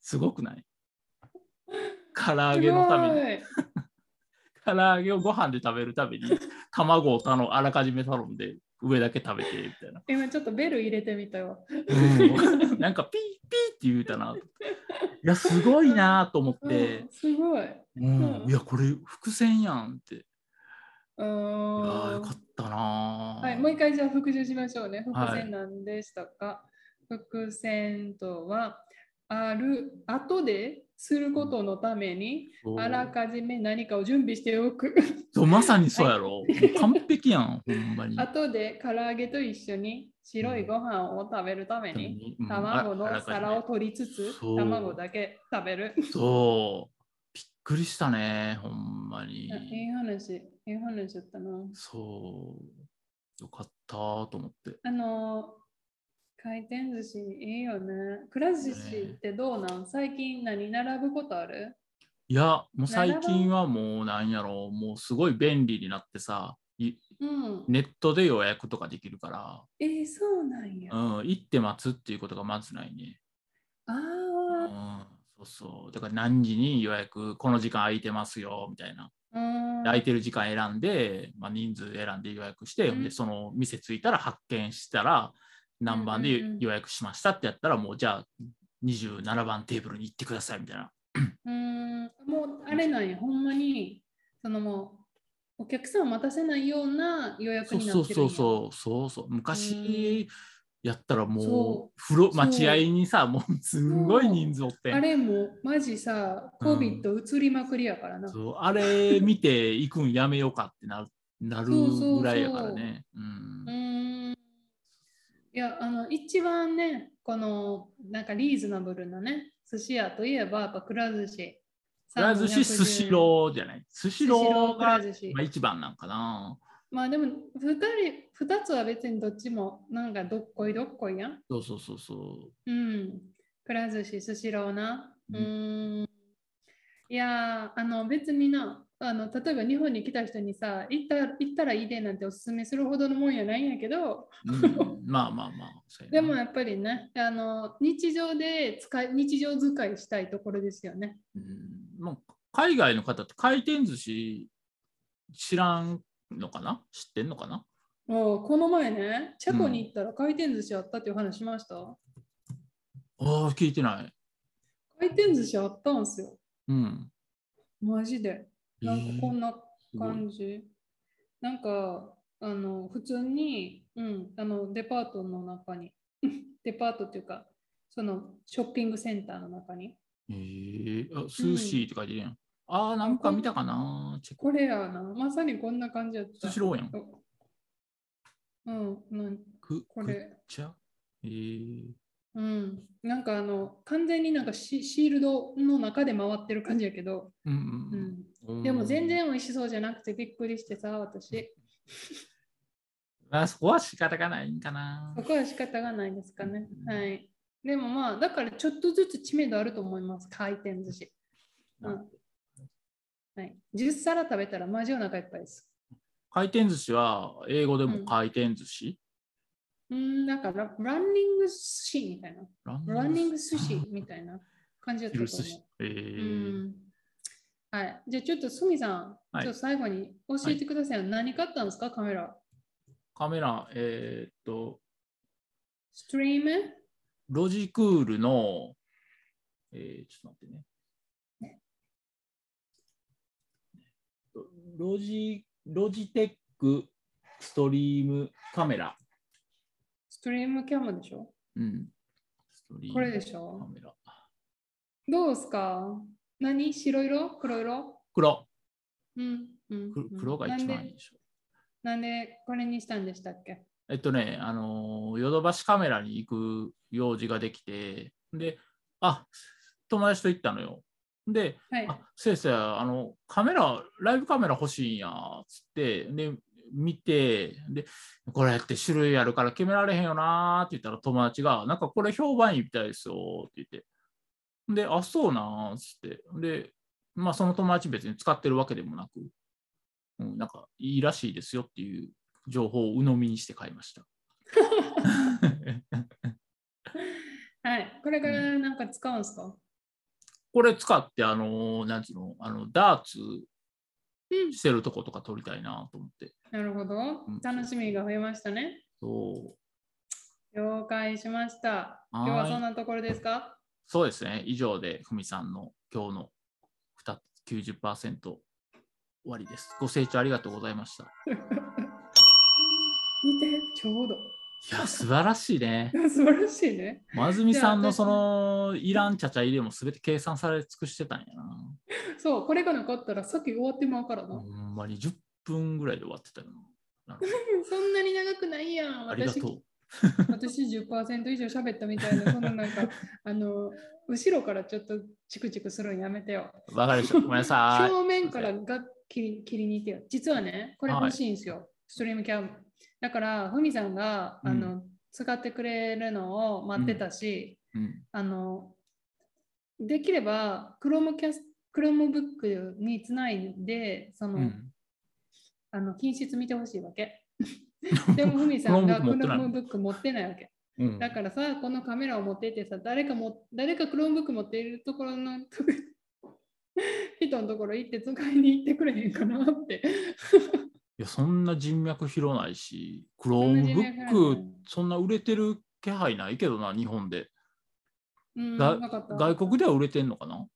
すごくない唐揚げのためにす唐揚げをご飯で食べるために卵を頼あらかじめ頼んで上だけ食べてみたいなごい今ちょっとベル入れてみたよ。うんなんかピーピーって言うたな。いや、すごいなと思っうてん、、すごい。うんいや、これ伏線やんって。ああ、うんよかったな、はい、もう一回じゃあ復習しましょうね。はい伏線何でしたか、伏線とは、ある、後ですることのために、そうあらかじめ何かを準備しておく。そうまさにそうやろ。もう完璧やん、ほんまに。後で唐揚げと一緒に白いご飯を食べるために、うん卵ああのらかじめ皿を取りつつ、そう卵だけ食べる。そう。びっくりしたね、ほんまにあ。いい話、いい話だったな。そう。よかったと思って。あのー、回転寿司いいよね。くら寿司ってどうなん最近何並ぶことあるいや、もう最近はもうなんやろう、もうすごい便利になってさ、いうん。ネットで予約とかできるから。えー、そうなんや。あうん、行って待つっていうことがまずないね。うあん、そうそう。だから何時に予約、この時間空いてますよ、みたいな。ー。うん。空いてる時間選んで、まあ、人数選んで予約して、うんでその店着いたら発見したら、何番でうんうんうん予約しましたってやったら、もうじゃあ27番テーブルに行ってください、みたいな。うん。もうあれなんや。ほんまに、そのもう、お客さんを待たせないような予約そうになそうってるそうんや。そう、そうそう。昔、やったらも、そう風呂、そう待合にさ、もうすごい人数おってんあれも、マジさ、うん COVID 移りまくりやからな。そうあれ見て行くんやめようかってなるなるそうそうそうぐらいやからね。ううんーんいやあの一番ねこのなんかリーズナブルなね寿司屋といえばやっぱくら寿司くら寿司、 310スシローじゃない。スシスシロローーくがら寿司まあ一番なんかな。まあでも2人2つは別にどっちもなんかどっこいどっこいやん。そうそうそうそうん。くら寿司、スシローな。ううんーん。いやー、あの別にな、あの例えば日本に来た人にさ、行った行ったらいいでなんておすすめするほどのもんやないんやけど、う。 うん、まあまあまあ。そうでやなもやっぱりね、あの日常で使い日常使いしたいところですよね。うんまあ、海外の方って回転寿司知らんのかな知ってんのかなもうこの前ね、チェコに行ったら回転寿司あったっていう話しました。ああ、聞いてない。回転寿司あったんすよ。うん。マジで。なんかこんなすごい感じ。なんか、あの、普通に、うん、あの、デパートの中に、 デパートっていうか、その、ショッピングセンターの中に。えー、あスーシーって書いてるやん。ああ、なんか見たかな。チェコこれやな、まさにこんな感じやっスた。シローやん。おうん、なんくこくっれ、ちゃえー、うん、なんかあの、完全になんかシシールドの中で回ってる感じやけど、うんううんん、うん。でも全然美味しそうじゃなくてびっくりしてさ、私。あそこは仕方がないんかなそ。こは仕方がないですかね。うんはい。でもまあ、だからちょっとずつ知名度あると思います、回転寿司。うんはい、10皿食べたらマジお腹いっぱいです。回転寿司は英語でも回転寿司、うん、なんかラランニング寿司みたいな。ランニング寿司みたいな感じだったと昼思寿司う。。えうー、んはい、じゃあちょっと鷲見さん、はいちょっと最後に教えてくださいよ。何買ったんですか、カメラ。カメラ、えーっと、ストリームロジクールの、えーちょっと待ってね。ロジ、ロジテックストリームカメラ。ストリームキャムでしょうん。ストリームこれでしカょメラ。どうですか何白色黒色黒。うんうんくうん黒が一番いいでしょ。なんで。なんでこれにしたんでしたっけえっとね、あのーヨドバシカメラに行く用事ができて、で、あ、友達と行ったのよ。で、はい。あ先生あのカメラライブカメラ欲しいんやつってで見てでこれって種類あるから決められへんよなーって言ったら友達がなんかこれ評判いいみたいですよって言ってであそうなんつってでまあその友達別に使ってるわけでもなく、うん、なんかいいらしいですよっていう情報を鵜呑みにして買いました。はい。これからなんか使うんですかこれ使ってあのなんつうのあのダーツうん。してるとことか撮りたいなと思って。なるほどうん。楽しみが増えましたね。そう了解しました。はー今い日はそんなところですかそうですね。以上で、ふみさんの今日の2つ90%終わりです。ご清聴ありがとうございました。見て、ちょうど。いや、素晴らしい ね。素晴らしいね。まずみさんのじゃそあのいらんちゃちゃ入れも全て計算され尽くしてたんやな。そう、これがなかったらさっき終わってまうからな。ほんまに10分ぐらいで終わってたよな。なるほそんなに長くないやん。どありが私とう。私10%以上喋ったみたいな、そのな んか、あの、後ろからちょっとチクチクするんやめてよ。わかりました。ごめんなさ表面からが切り切りに行ってよ。実はね、これはい欲しいんですよ、ストリームキャム。だから、ふみさんが、うんあの使ってくれるのを待ってたし、い。うん、あのできれば Chromecast、Chromebook につないで、その、うん。あの品質見てほしいわ け。でも、ふみさんが Chromebook 持ってないわけ。うん、だからさ、このカメラを持っていてさ、誰かも、誰か Chromebook 持っているところの 人のところ行って使いに行ってくれへんかなって。いやそんな人脈広ないし、う Chromebook んそんな売れてる気配ないけどな、日本で。うん、がなかった外国では売れてんのかな、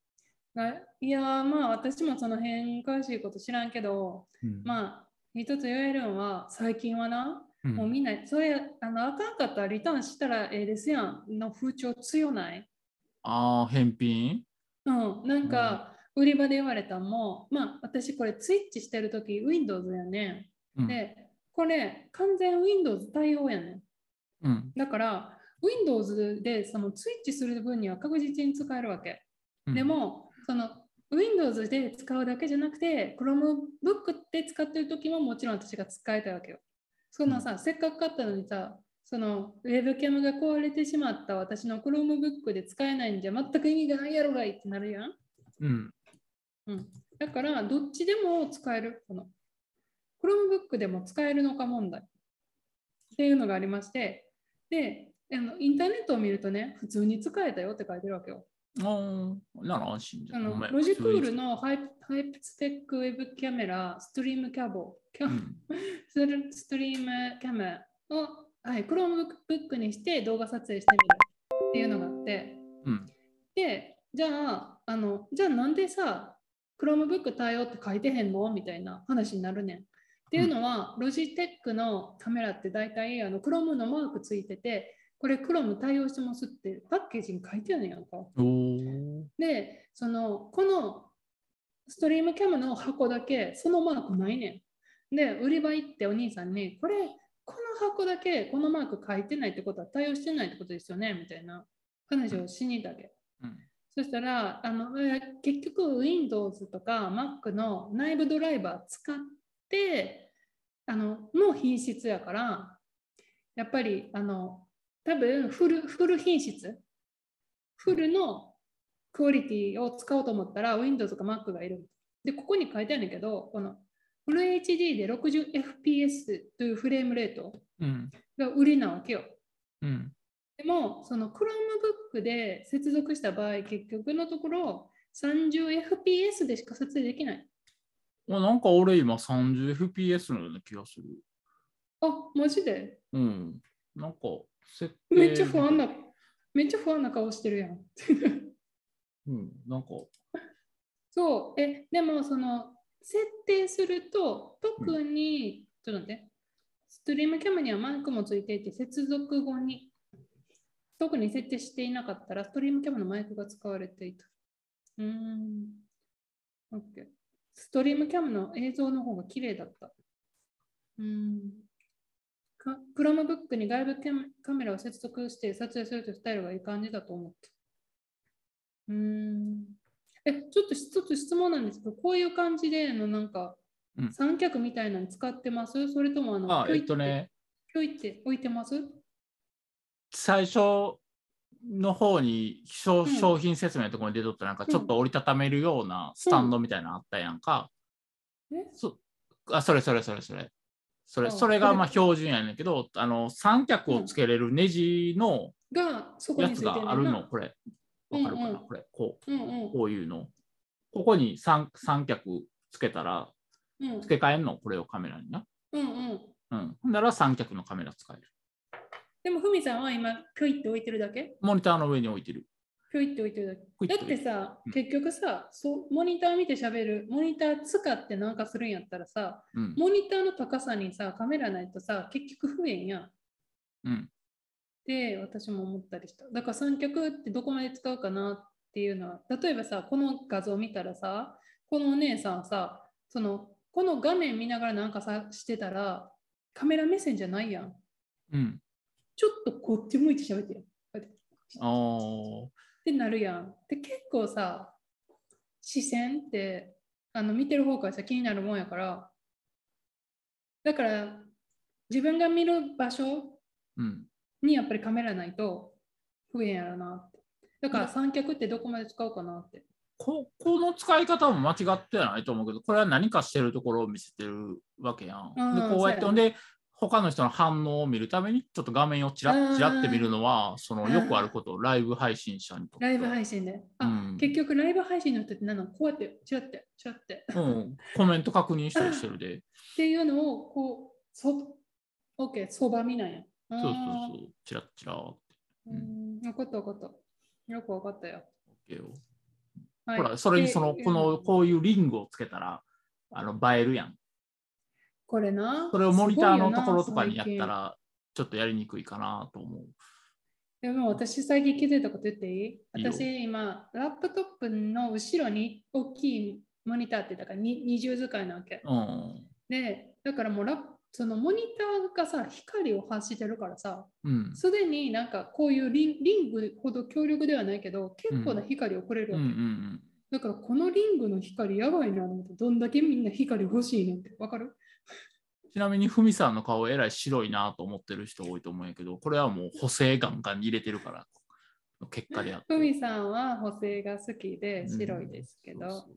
がいやー、まあ私もその辺詳しいこと知らんけど、うんまあ一つ言えるのは、最近はな、うんもうみんな、それ、あの、あかんかったらリターンしたらええですやんの風潮強ない。ああ、返品うん、なんか、売り場で言われたんも、まあ私これツイッチしてるとき Windows やねん。うんで、これ完全 Windows 対応やねん。うん。だから、Windows でそのツイッチする分には確実に使えるわけ。うんで、も、その Windows で使うだけじゃなくて、Chromebook で使ってる時ももちろん私が使いたいわけよ。そのさ、せっかく買ったのにさ、そのウェブキャムが壊れてしまった私の Chromebook で使えないんじゃ全く意味がないやろがいってなるやん。うん。うん、だから、どっちでも使える。この Chromebook でも使えるのか問題っていうのがありまして、で、あのインターネットを見るとね、普通に使えたよって書いてるわけよ。ああ、なら安心じゃあん。のごめんロジクール。のハイプハイプステックウェブキャメラ、ストリームキャボ、キャうんスルストリームキャメラを、はい、Chromebook にして動画撮影してみるっていうのがあって、うんで、じゃあ、あのじゃあなんでさ、Chromebook 対応って書いてへんのみたいな話になるねん。っていうのは、ロジテックのカメラって大体あの Chrome のマークついてて、これ Chrome 対応してますってパッケージに書いてあるやんか。 おお。で、その、このストリームキャムの箱だけ、そのマークないねん。で、売り場行ってお兄さんに、これ、この箱だけ、このマーク書いてないってことは対応してないってことですよねみたいな話をしに行ったわけ。うんそしたら、あのえー結局 Windows とか Mac の内部ドライバー使ってあのの品質やから、やっぱりあの多分フルフル品質、フルのクオリティを使おうと思ったら Windows とか Mac がいる。で、ここに書いてあるんだけど、このフル HD で 60fps というフレームレートうん。が売りなわけよ。うん。でも、その Chromebook で接続した場合、結局のところ 30fps でしか撮影できない。あなんか俺今 30fps のような気がする。あ、マジでうん。なんか、設定めっちゃ不安な、めっちゃ不安な顔してるやん。うん。なんか、そう、え、でもその設定すると、特に、ちょっと待って、ストリームキャムにはマークもついていて、接続後に、特に設定していなかったら、ストリームキャムのマイクが使われていた。うーん。OK。ストリームキャムの映像の方が綺麗だった。うーん。かクラムブックに外部キャメカメラを接続して撮影するというスタイルがいい感じだと思った。うーん。え、ちょっと一つ質問なんですけど、こういう感じでのなんか、うん三脚みたいなの使ってますそれともあの、あ、ピョえイっとね、ピョイって置いてます最初の方に商商品説明のところに出とったなんかちょっと折りたためるようなスタンドみたいなのあったやんか。うんえそあそれそれそれそれ。それあそれがまあそれ標準やねんけど、あの三脚をつけれるネジのが、そこやにつついてんがねあるんなの、これ。わかるかな、うんうんこれ。こうんう、こういうの。ここに三三脚つけたら、うん。うん付け替えんの、これをカメラにな。うんうん。うん。ほんなら三脚のカメラ使える。でも、ふみさんは今、ピョイって置いてるだけモニターの上に置いてる。ピョイって置いてるだピョイってけ。だっ置いててさうん、結局さ、そうモニター見て喋る、モニター使ってなんかするんやったらさ、うん。モニターの高さにさ、カメラないとさ、結局不便やん。うん。で、私も思ったりした。だから三脚ってどこまで使うかなっていうのは、例えばさ、この画像見たらさ、このお姉さんさ、その、この画面見ながらなんかさ、してたら、カメラ目線じゃないやん。うん。ちょっとこっち向いて喋ってよ。こうやってあーってなるやん。で、結構さ、視線って、あの、見てる方からさ、気になるもんやから、だから、自分が見る場所うん。にやっぱりカメラないと不便やろなって。だから三脚ってどこまで使うかなって。ここの使い方も間違ってはないと思うけど、これは何かしてるところを見せてるわけやん。うんで、こうやって、そうやほんで、他の人の反応を見るために、ちょっと画面をちらっちらって見るのは、そのよくあること、ライブ配信者にとって。ライブ配信で。あ、うん結局ライブ配信の人ってなのこうやって、ちらって、ちらって。っうん、コメント確認したりしてるで。ていうのを、こう、そ、OK、そば見なんや。そそうそうそう、チラッチラーってううん。分かった分かった。よく分かったよ。言ってよはいほら、それにその、でこの、こういうリングをつけたら、あの、映えるやん。これな。それをモニターのところすとごかいよにやなった。ら、ちょっとやりにくいかなと思う。最近でも私最近気づいたこと言っていいいいよ私今、ラップトップの後ろに大きいモニターって、だからに二重使いなわけ。うん。で、だからもうラップそのモニターがさ、光を発してるからさ、うん。すでになんかこういうリンリングほど強力ではないけど、結構な光をくれるうんうわんけ、うんだからこのリングの光やばいなと思ってどんだけみんな光欲しいねんってわかるちなみにふみさんの顔えらい白いなと思ってる人多いと思うんやけど、これはもう補正ガンガンに入れてるからの結果であって。ふみさんは補正が好きで白いですけど、うんそうそう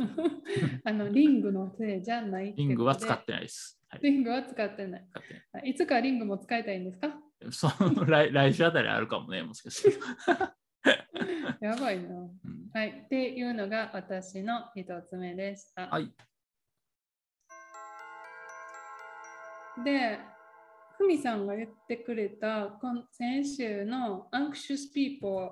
あのリングのせいじゃないリングは使っててないです。はいこ、とでリングは使ってない。使ってないいつかリングも使いたいんですか その来 来週あたりあるかもね、もしかして。やばいな。うんはい。っていうのが私の一つ目でした。はい。で、ふみさんが言ってくれた今先週の anxious people。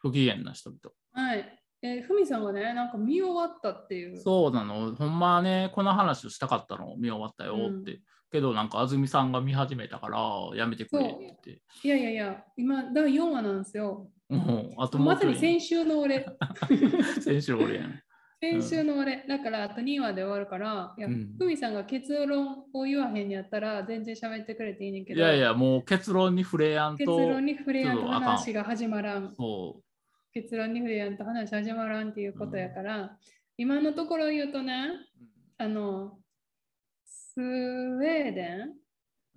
不機嫌な人々。はい。えーふみさんがね、なんか見終わったっていう。そうなの、ほんまはね、この話をしたかったの、見終わったよって。けど、なんか安住さんが見始めたから、やめてくれって言って。いやいやいや、今、第4話なんですよ。うん、あともうま一さ人に先週の 俺。先週俺やん。 先週の俺、だからあと2話で終わるから、いや、うんふみさんが結論を言わへんやったら全然喋ってくれていいねんけいど、やいや、もう結論に触れやん結と、論に触れやんとちょっとあかん話が始まらん。そ結論に触れやんと話始まらんっていうことやから、今のところ言うとね、う。あの、スウェーデン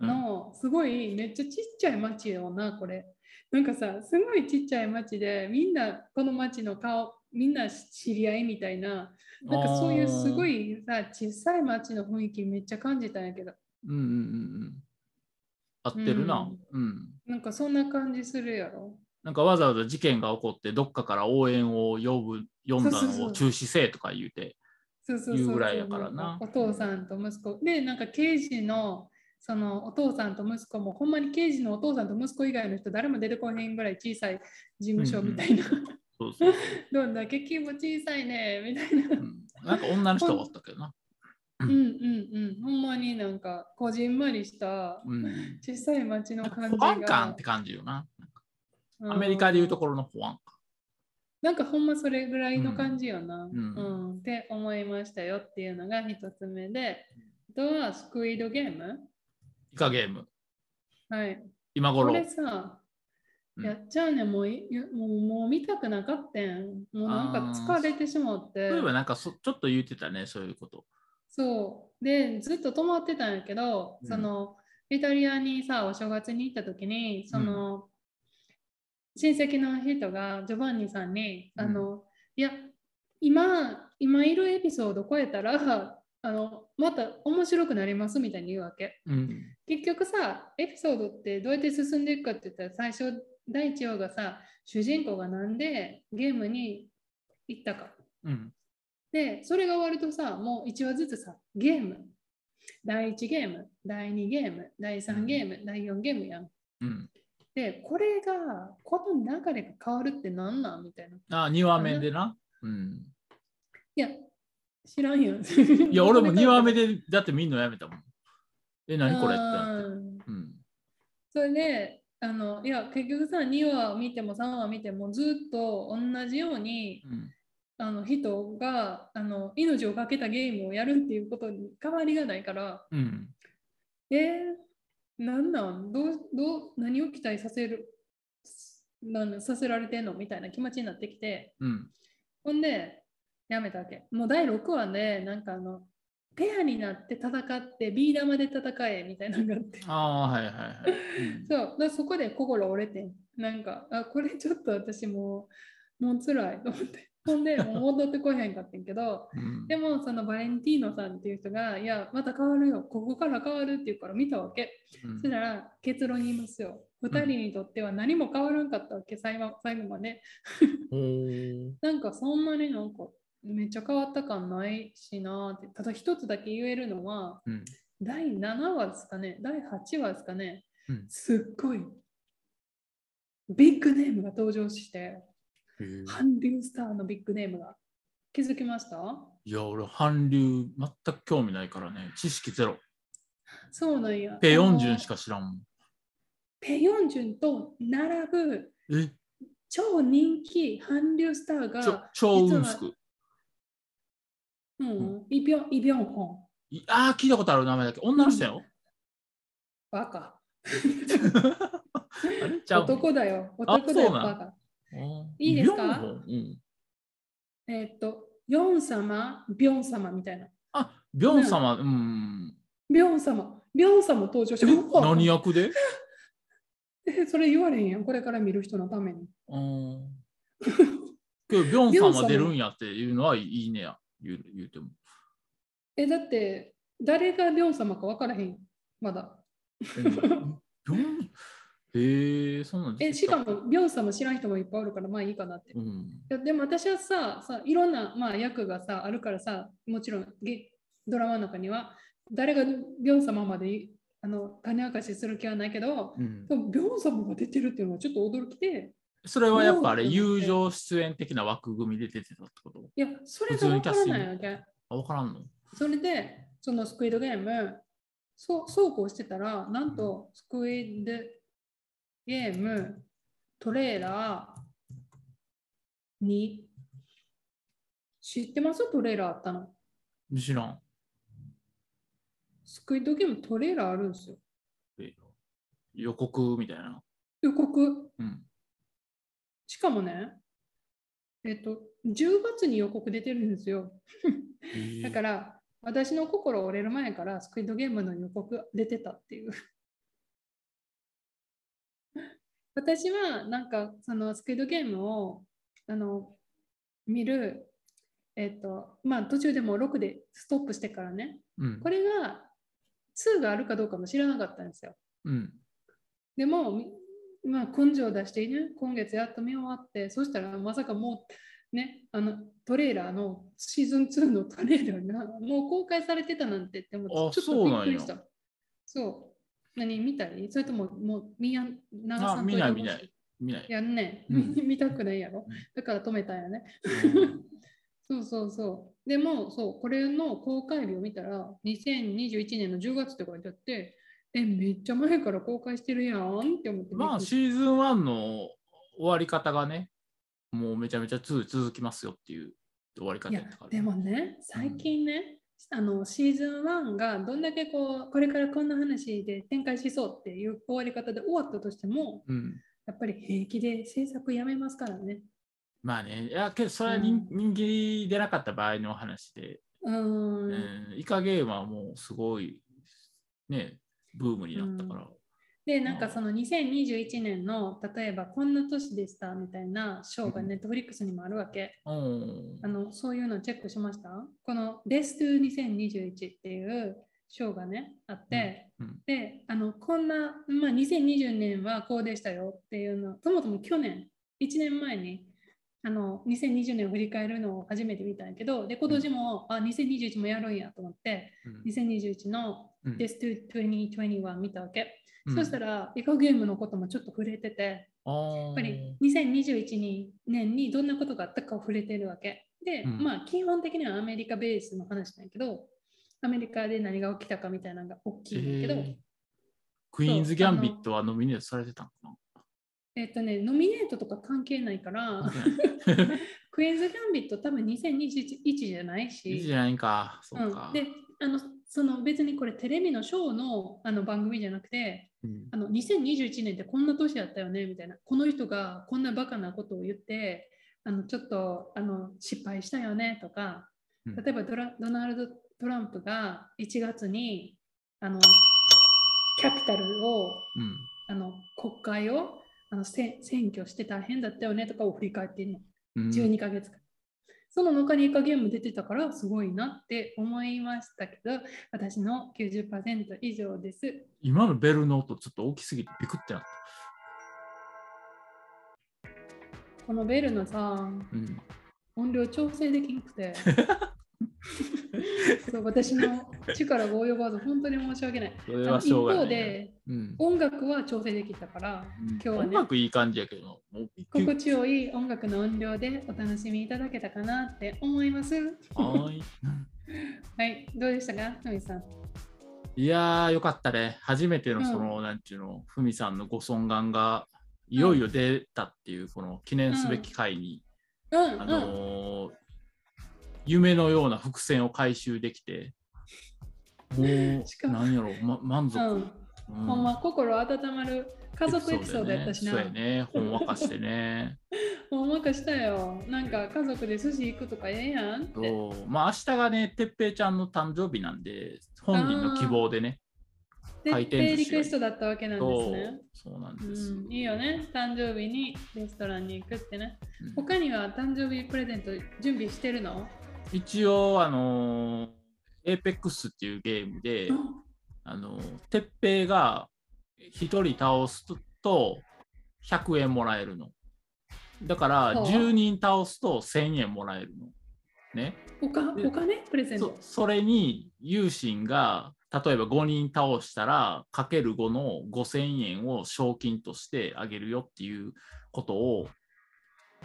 のすごいめっちゃちっちゃい町よな、これ。なんかさ、すごいちっちゃい町で、みんなこの町の顔、みんな知り合いみたいな、うんなんかそういうすごい。いさ、小さい町の雰囲気めっちゃ感じたんやけど、うんうんうんうん。合ってるな。うんなんかそんな感じするやろ。なんかわざわざ事件が起こってどっかから応援を呼ぶ呼んだそうそうのそをう中止せえとか言うてそうそうそういうぐらいやからなんお父さんと息子。で、なんか刑事の、そのお父さんと息子も、ほんまに刑事のお父さんと息子以外の人、誰も出てこへんぐらい小さい事務所みたいな。そうそうそ どんだけ規模小さいね、みたいな。う、うんなんか女の人はおったけどな、うんうんうん。ほんまになんか、こじんまりした、うん、小さい町の感じ保が。安官って感じよなうんアメリカでいうところの保安なんかほんまそれぐらいの感じよな、ううんんって思いましたよっていうのが一つ目で、あとはスクイードゲームイカゲームはい。今こ頃れさ、うんやっちゃうねんもういもう、もう見たくなかったん。もうなんか疲れてしまって例え。ばなんかそちょっと言ってたねそういうことそう。で、ずっと泊まってたんやけど、うんその、イタリアにさ、お正月に行った時に、その、親戚の人がジョバンニさんに、うんあの、いや、今、今いるエピソード超えたら、あの、また面白くなりますみたいに言うわけ。うん結局さ、エピソードってどうやって進んでいくかって言ったら、最初、第一話がさ、主人公がなんでゲームに行ったか。うんで、それが終わるとさ、もう1話ずつさ、ゲーム。第1ゲーム、第2ゲーム、第3ゲーム、第4ゲームやん。うんで、これが、この流れが変わるってなんなんみたいな。いあ2話目でな、うん、や、知らんよ。 いや俺も2話目でだってみんなやめたもんえ何これってなってうんうんそれで、あの、いや、結局さ、2話を見ても3話を見てもずっと同じように、うんあの人があの命をかけたゲームをやるっていうことに変わりがないから、うんえー、なんなんどうどう何を期待させるなんさせられてんのみたいな気持ちになってきてうんほんでやめたわけもう第6話でなんかあのペアになって戦ってビー玉で戦えみたいなのがあってああはいはいはい、うんそうだからそこで心折れてんなんかあこれちょっと私もうもう辛いと思ってほんでもう戻ってこへんかったんけどうんでもそのバレンティーノさんっていう人が「いやまた変わるよここから変わる」って言うから見たわけ、うんそしたら結論言いますよ2人にとっては何も変わらんかったわけ最後最後までほーなんかそんなになんかめっちゃ変わった感ないしなーってただ一つだけ言えるのはうん第7話ですかね第8話ですかね、うんすっごいビッグネームが登場して韓流スターのビッグネームが気づきましたいや、俺、韓流、全く興味ないからね、知識ゼロ。そうなんやペ・ヨあンのジュンしか知らんもん。ペ・ヨンジュンと並ぶえ、超人気韓流スターちょが、、超ウンスク。うん、イ・ビョンイビョンホン。いあー、聞いたことある名前だけど、女の人やよ。バカ。あれちゃうの男だよ。 あ男だよ、そうなんバカ。いいですか4本うん。えーっと、ヨン様、ビョン様みたいな。あ、ビョン様、うん。ビョン様、ビョン様登場して、うわ何役でえ それ言われへんやん、これから見る人のために。 うん。けど、ビョン様出るんやっていうのはいいねや、言う言うても。え、だって、誰がビョン様か分からへん、まだ。うんビョンへえ、そんなんえ、出てしきたかも、ビョン様知らん人もいっぱいおるから、まあいいかなって。いうん。やでも私はさ、さいろんな、まあ、役がさ、あるからさ、もちろんげドラマの中には、誰がビョン様までいあの種明かしする気はないけど、うんでもビョン様が出てるっていうのはちょっと驚きで、それはやっぱあれ、ビョン様って友情出演的な枠組みで出てたってこといや、それが分からない普通わにキャスティンけグ。あ、わからんのそれで、そのスクイードゲーム、そうそうこうしてたら、なんとスクイードゲーム、トレーラー2。知ってますトレーラーあったの。知らん。スクイードゲームトレーラーあるんですよ。予告みたいな。予告。うん。、しかもね、えっと、10月に予告出てるんですよ。だからら、私の心折れる前からスクイードゲームの予告出てたっていう。 私はなんかそのスクイードゲームをあの見る、えっとまあ、途中でもう6でストップしてからねうんこ。れが2があるかどうかも知らなかったんですよ。うん。でも、みまあ、根性を出してね、今月やっと見終わって、そしたらまさかもう、ね、あのトレーラーのシーズン2のトレーラーがもう公開されてたなんてって思あって、ちそょうっなとびんやっくりした。そう。何見たりそれとももう見やん長さんあと見ないやりましょう見見ない。やんね、うん 見たくないやろうん。だから止めたんやね。うんそうそうそう。でも、そう、これの公開日を見たら、2021年の10月って書いてあって、え、めっちゃ前から公開してるやんって思ってびっくりし た。まあ、シーズン1の終わり方がね、もうめちゃめちゃ2続きますよっていう終わり方いややったから。でもね最近ね、あのシーズン1がどんだけこうこれからこんな話で展開しそうっていう終わり方で終わったとしてもうん。やっぱり平気で制作やめますからねまあね、いや、けどそれは人,、人気出なかった場合の話で、うーんうん、イカゲームはもうすごい、ね、ブームになったから。でなんかその2021年の例えばこんな年でしたみたいな賞がうんネットフリックスにもあるわけ、うん。あのそういうのチェックしましたこの「レストゥ2021」っていう賞がねあって、うんうんであのこんな、まあ、2020年はこうでしたよっていうのそもそも去年1年前にあの2020年を振り返るのを初めて見たんやけどで今年も、あ2021もやるんやと思って2021のう「んレストゥ2021」見たわけ、うんそしたらエコゲームのこともちょっと触れてて。あーやっぱり2021年にどんなことがあったかを触れてるわけ。で、うんまあ基本的にはアメリカベースの話なんやけど、アメリカで何が起きたかみたいなのが大きいんやけえど、ークイーンズ・ギャンビットはノミネートされてたのかなえっとね、ノミネートとか関係ないから、クイーンズ・ギャンビット多分2021じゃないいいし、じ、ゃないか。そううんか。であの、その別にこれテレビのショーのあの番組じゃなくて、うんあの2021年ってこんな年だったよねみたいなこの人がこんなバカなことを言ってあのちょっとあの失敗したよねとかうん例えばドラドナルド・トランプが1月にあのキャピタルをうんあの国会をあのせ選挙して大変だったよねとかを振り返ってるのうん12ヶ月間。その中にイカゲーム出てたからすごいなって思いましたけど私の90%以上です。今のベルの音ちょっと大きすぎてビクってなった。このベルのさうん音量調整できなくて そう私の力が及ばず本当に申し訳ないそあれのはし一ょうが方ないね。でうん音楽は調整できたから今日は音ね楽いい感じやけど、もう一級心地よい音楽の音量でお楽しみいただけたかなって思いますはーいはいどうでしたかふみさんいやー、よかったね。初めてのその、なんちゅうの、ふみさんのご尊願がいよいよ出たっていう、この記念すべき回に、うんあのー夢のような伏線を回収できて、もうし、かもなんやろ、ま、満足。うん、うん、うんほんま心温まる家族エピソードやったしな。そうやね。ほんわかして ね。もうなんかしたよ。なんか家族で寿司行くとかええやんって。そうまあ明日がね、てっぺいちゃんの誕生日なんで、本人の希望でね。で、回転寿司リクエストだったわけなんですね。そうそうなんうです。ん、いいよね。誕生日にレストランに行くってね。うん他には誕生日プレゼント準備してるの一応、あのー、APEX っていうゲームで、うあのー、てっぺいが一人倒すと100円もらえるの。だから、ほう10人倒すと1000円もらえるの。ね。んおかお金プレゼンそト。それに、有心が、例えば5人倒したら、かける5の5000円を賞金としてあげるよっていうことを、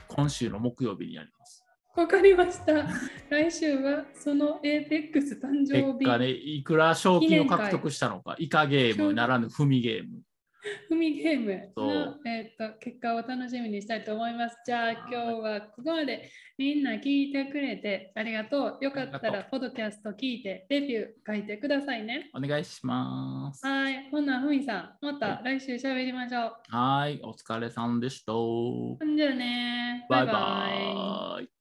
今週の木曜日にやります。わかりました。来週はその APEX 誕結生日、果ね、いくら賞金を獲記念得したのか、イカゲームならぬ踏みゲーム。踏みゲームそうの、えー、と結果を楽しみにしたいと思います。じゃあ今日はここまでみんな聞いてくれてありがとう。よかったありがらポッドキャスト聞いてレビュー書いてくださいね。お願いします。はい。ほな、ふみさん、また来週喋りましょう。はい、お疲れさんでした。ほんじゃあねバイバイババイイ。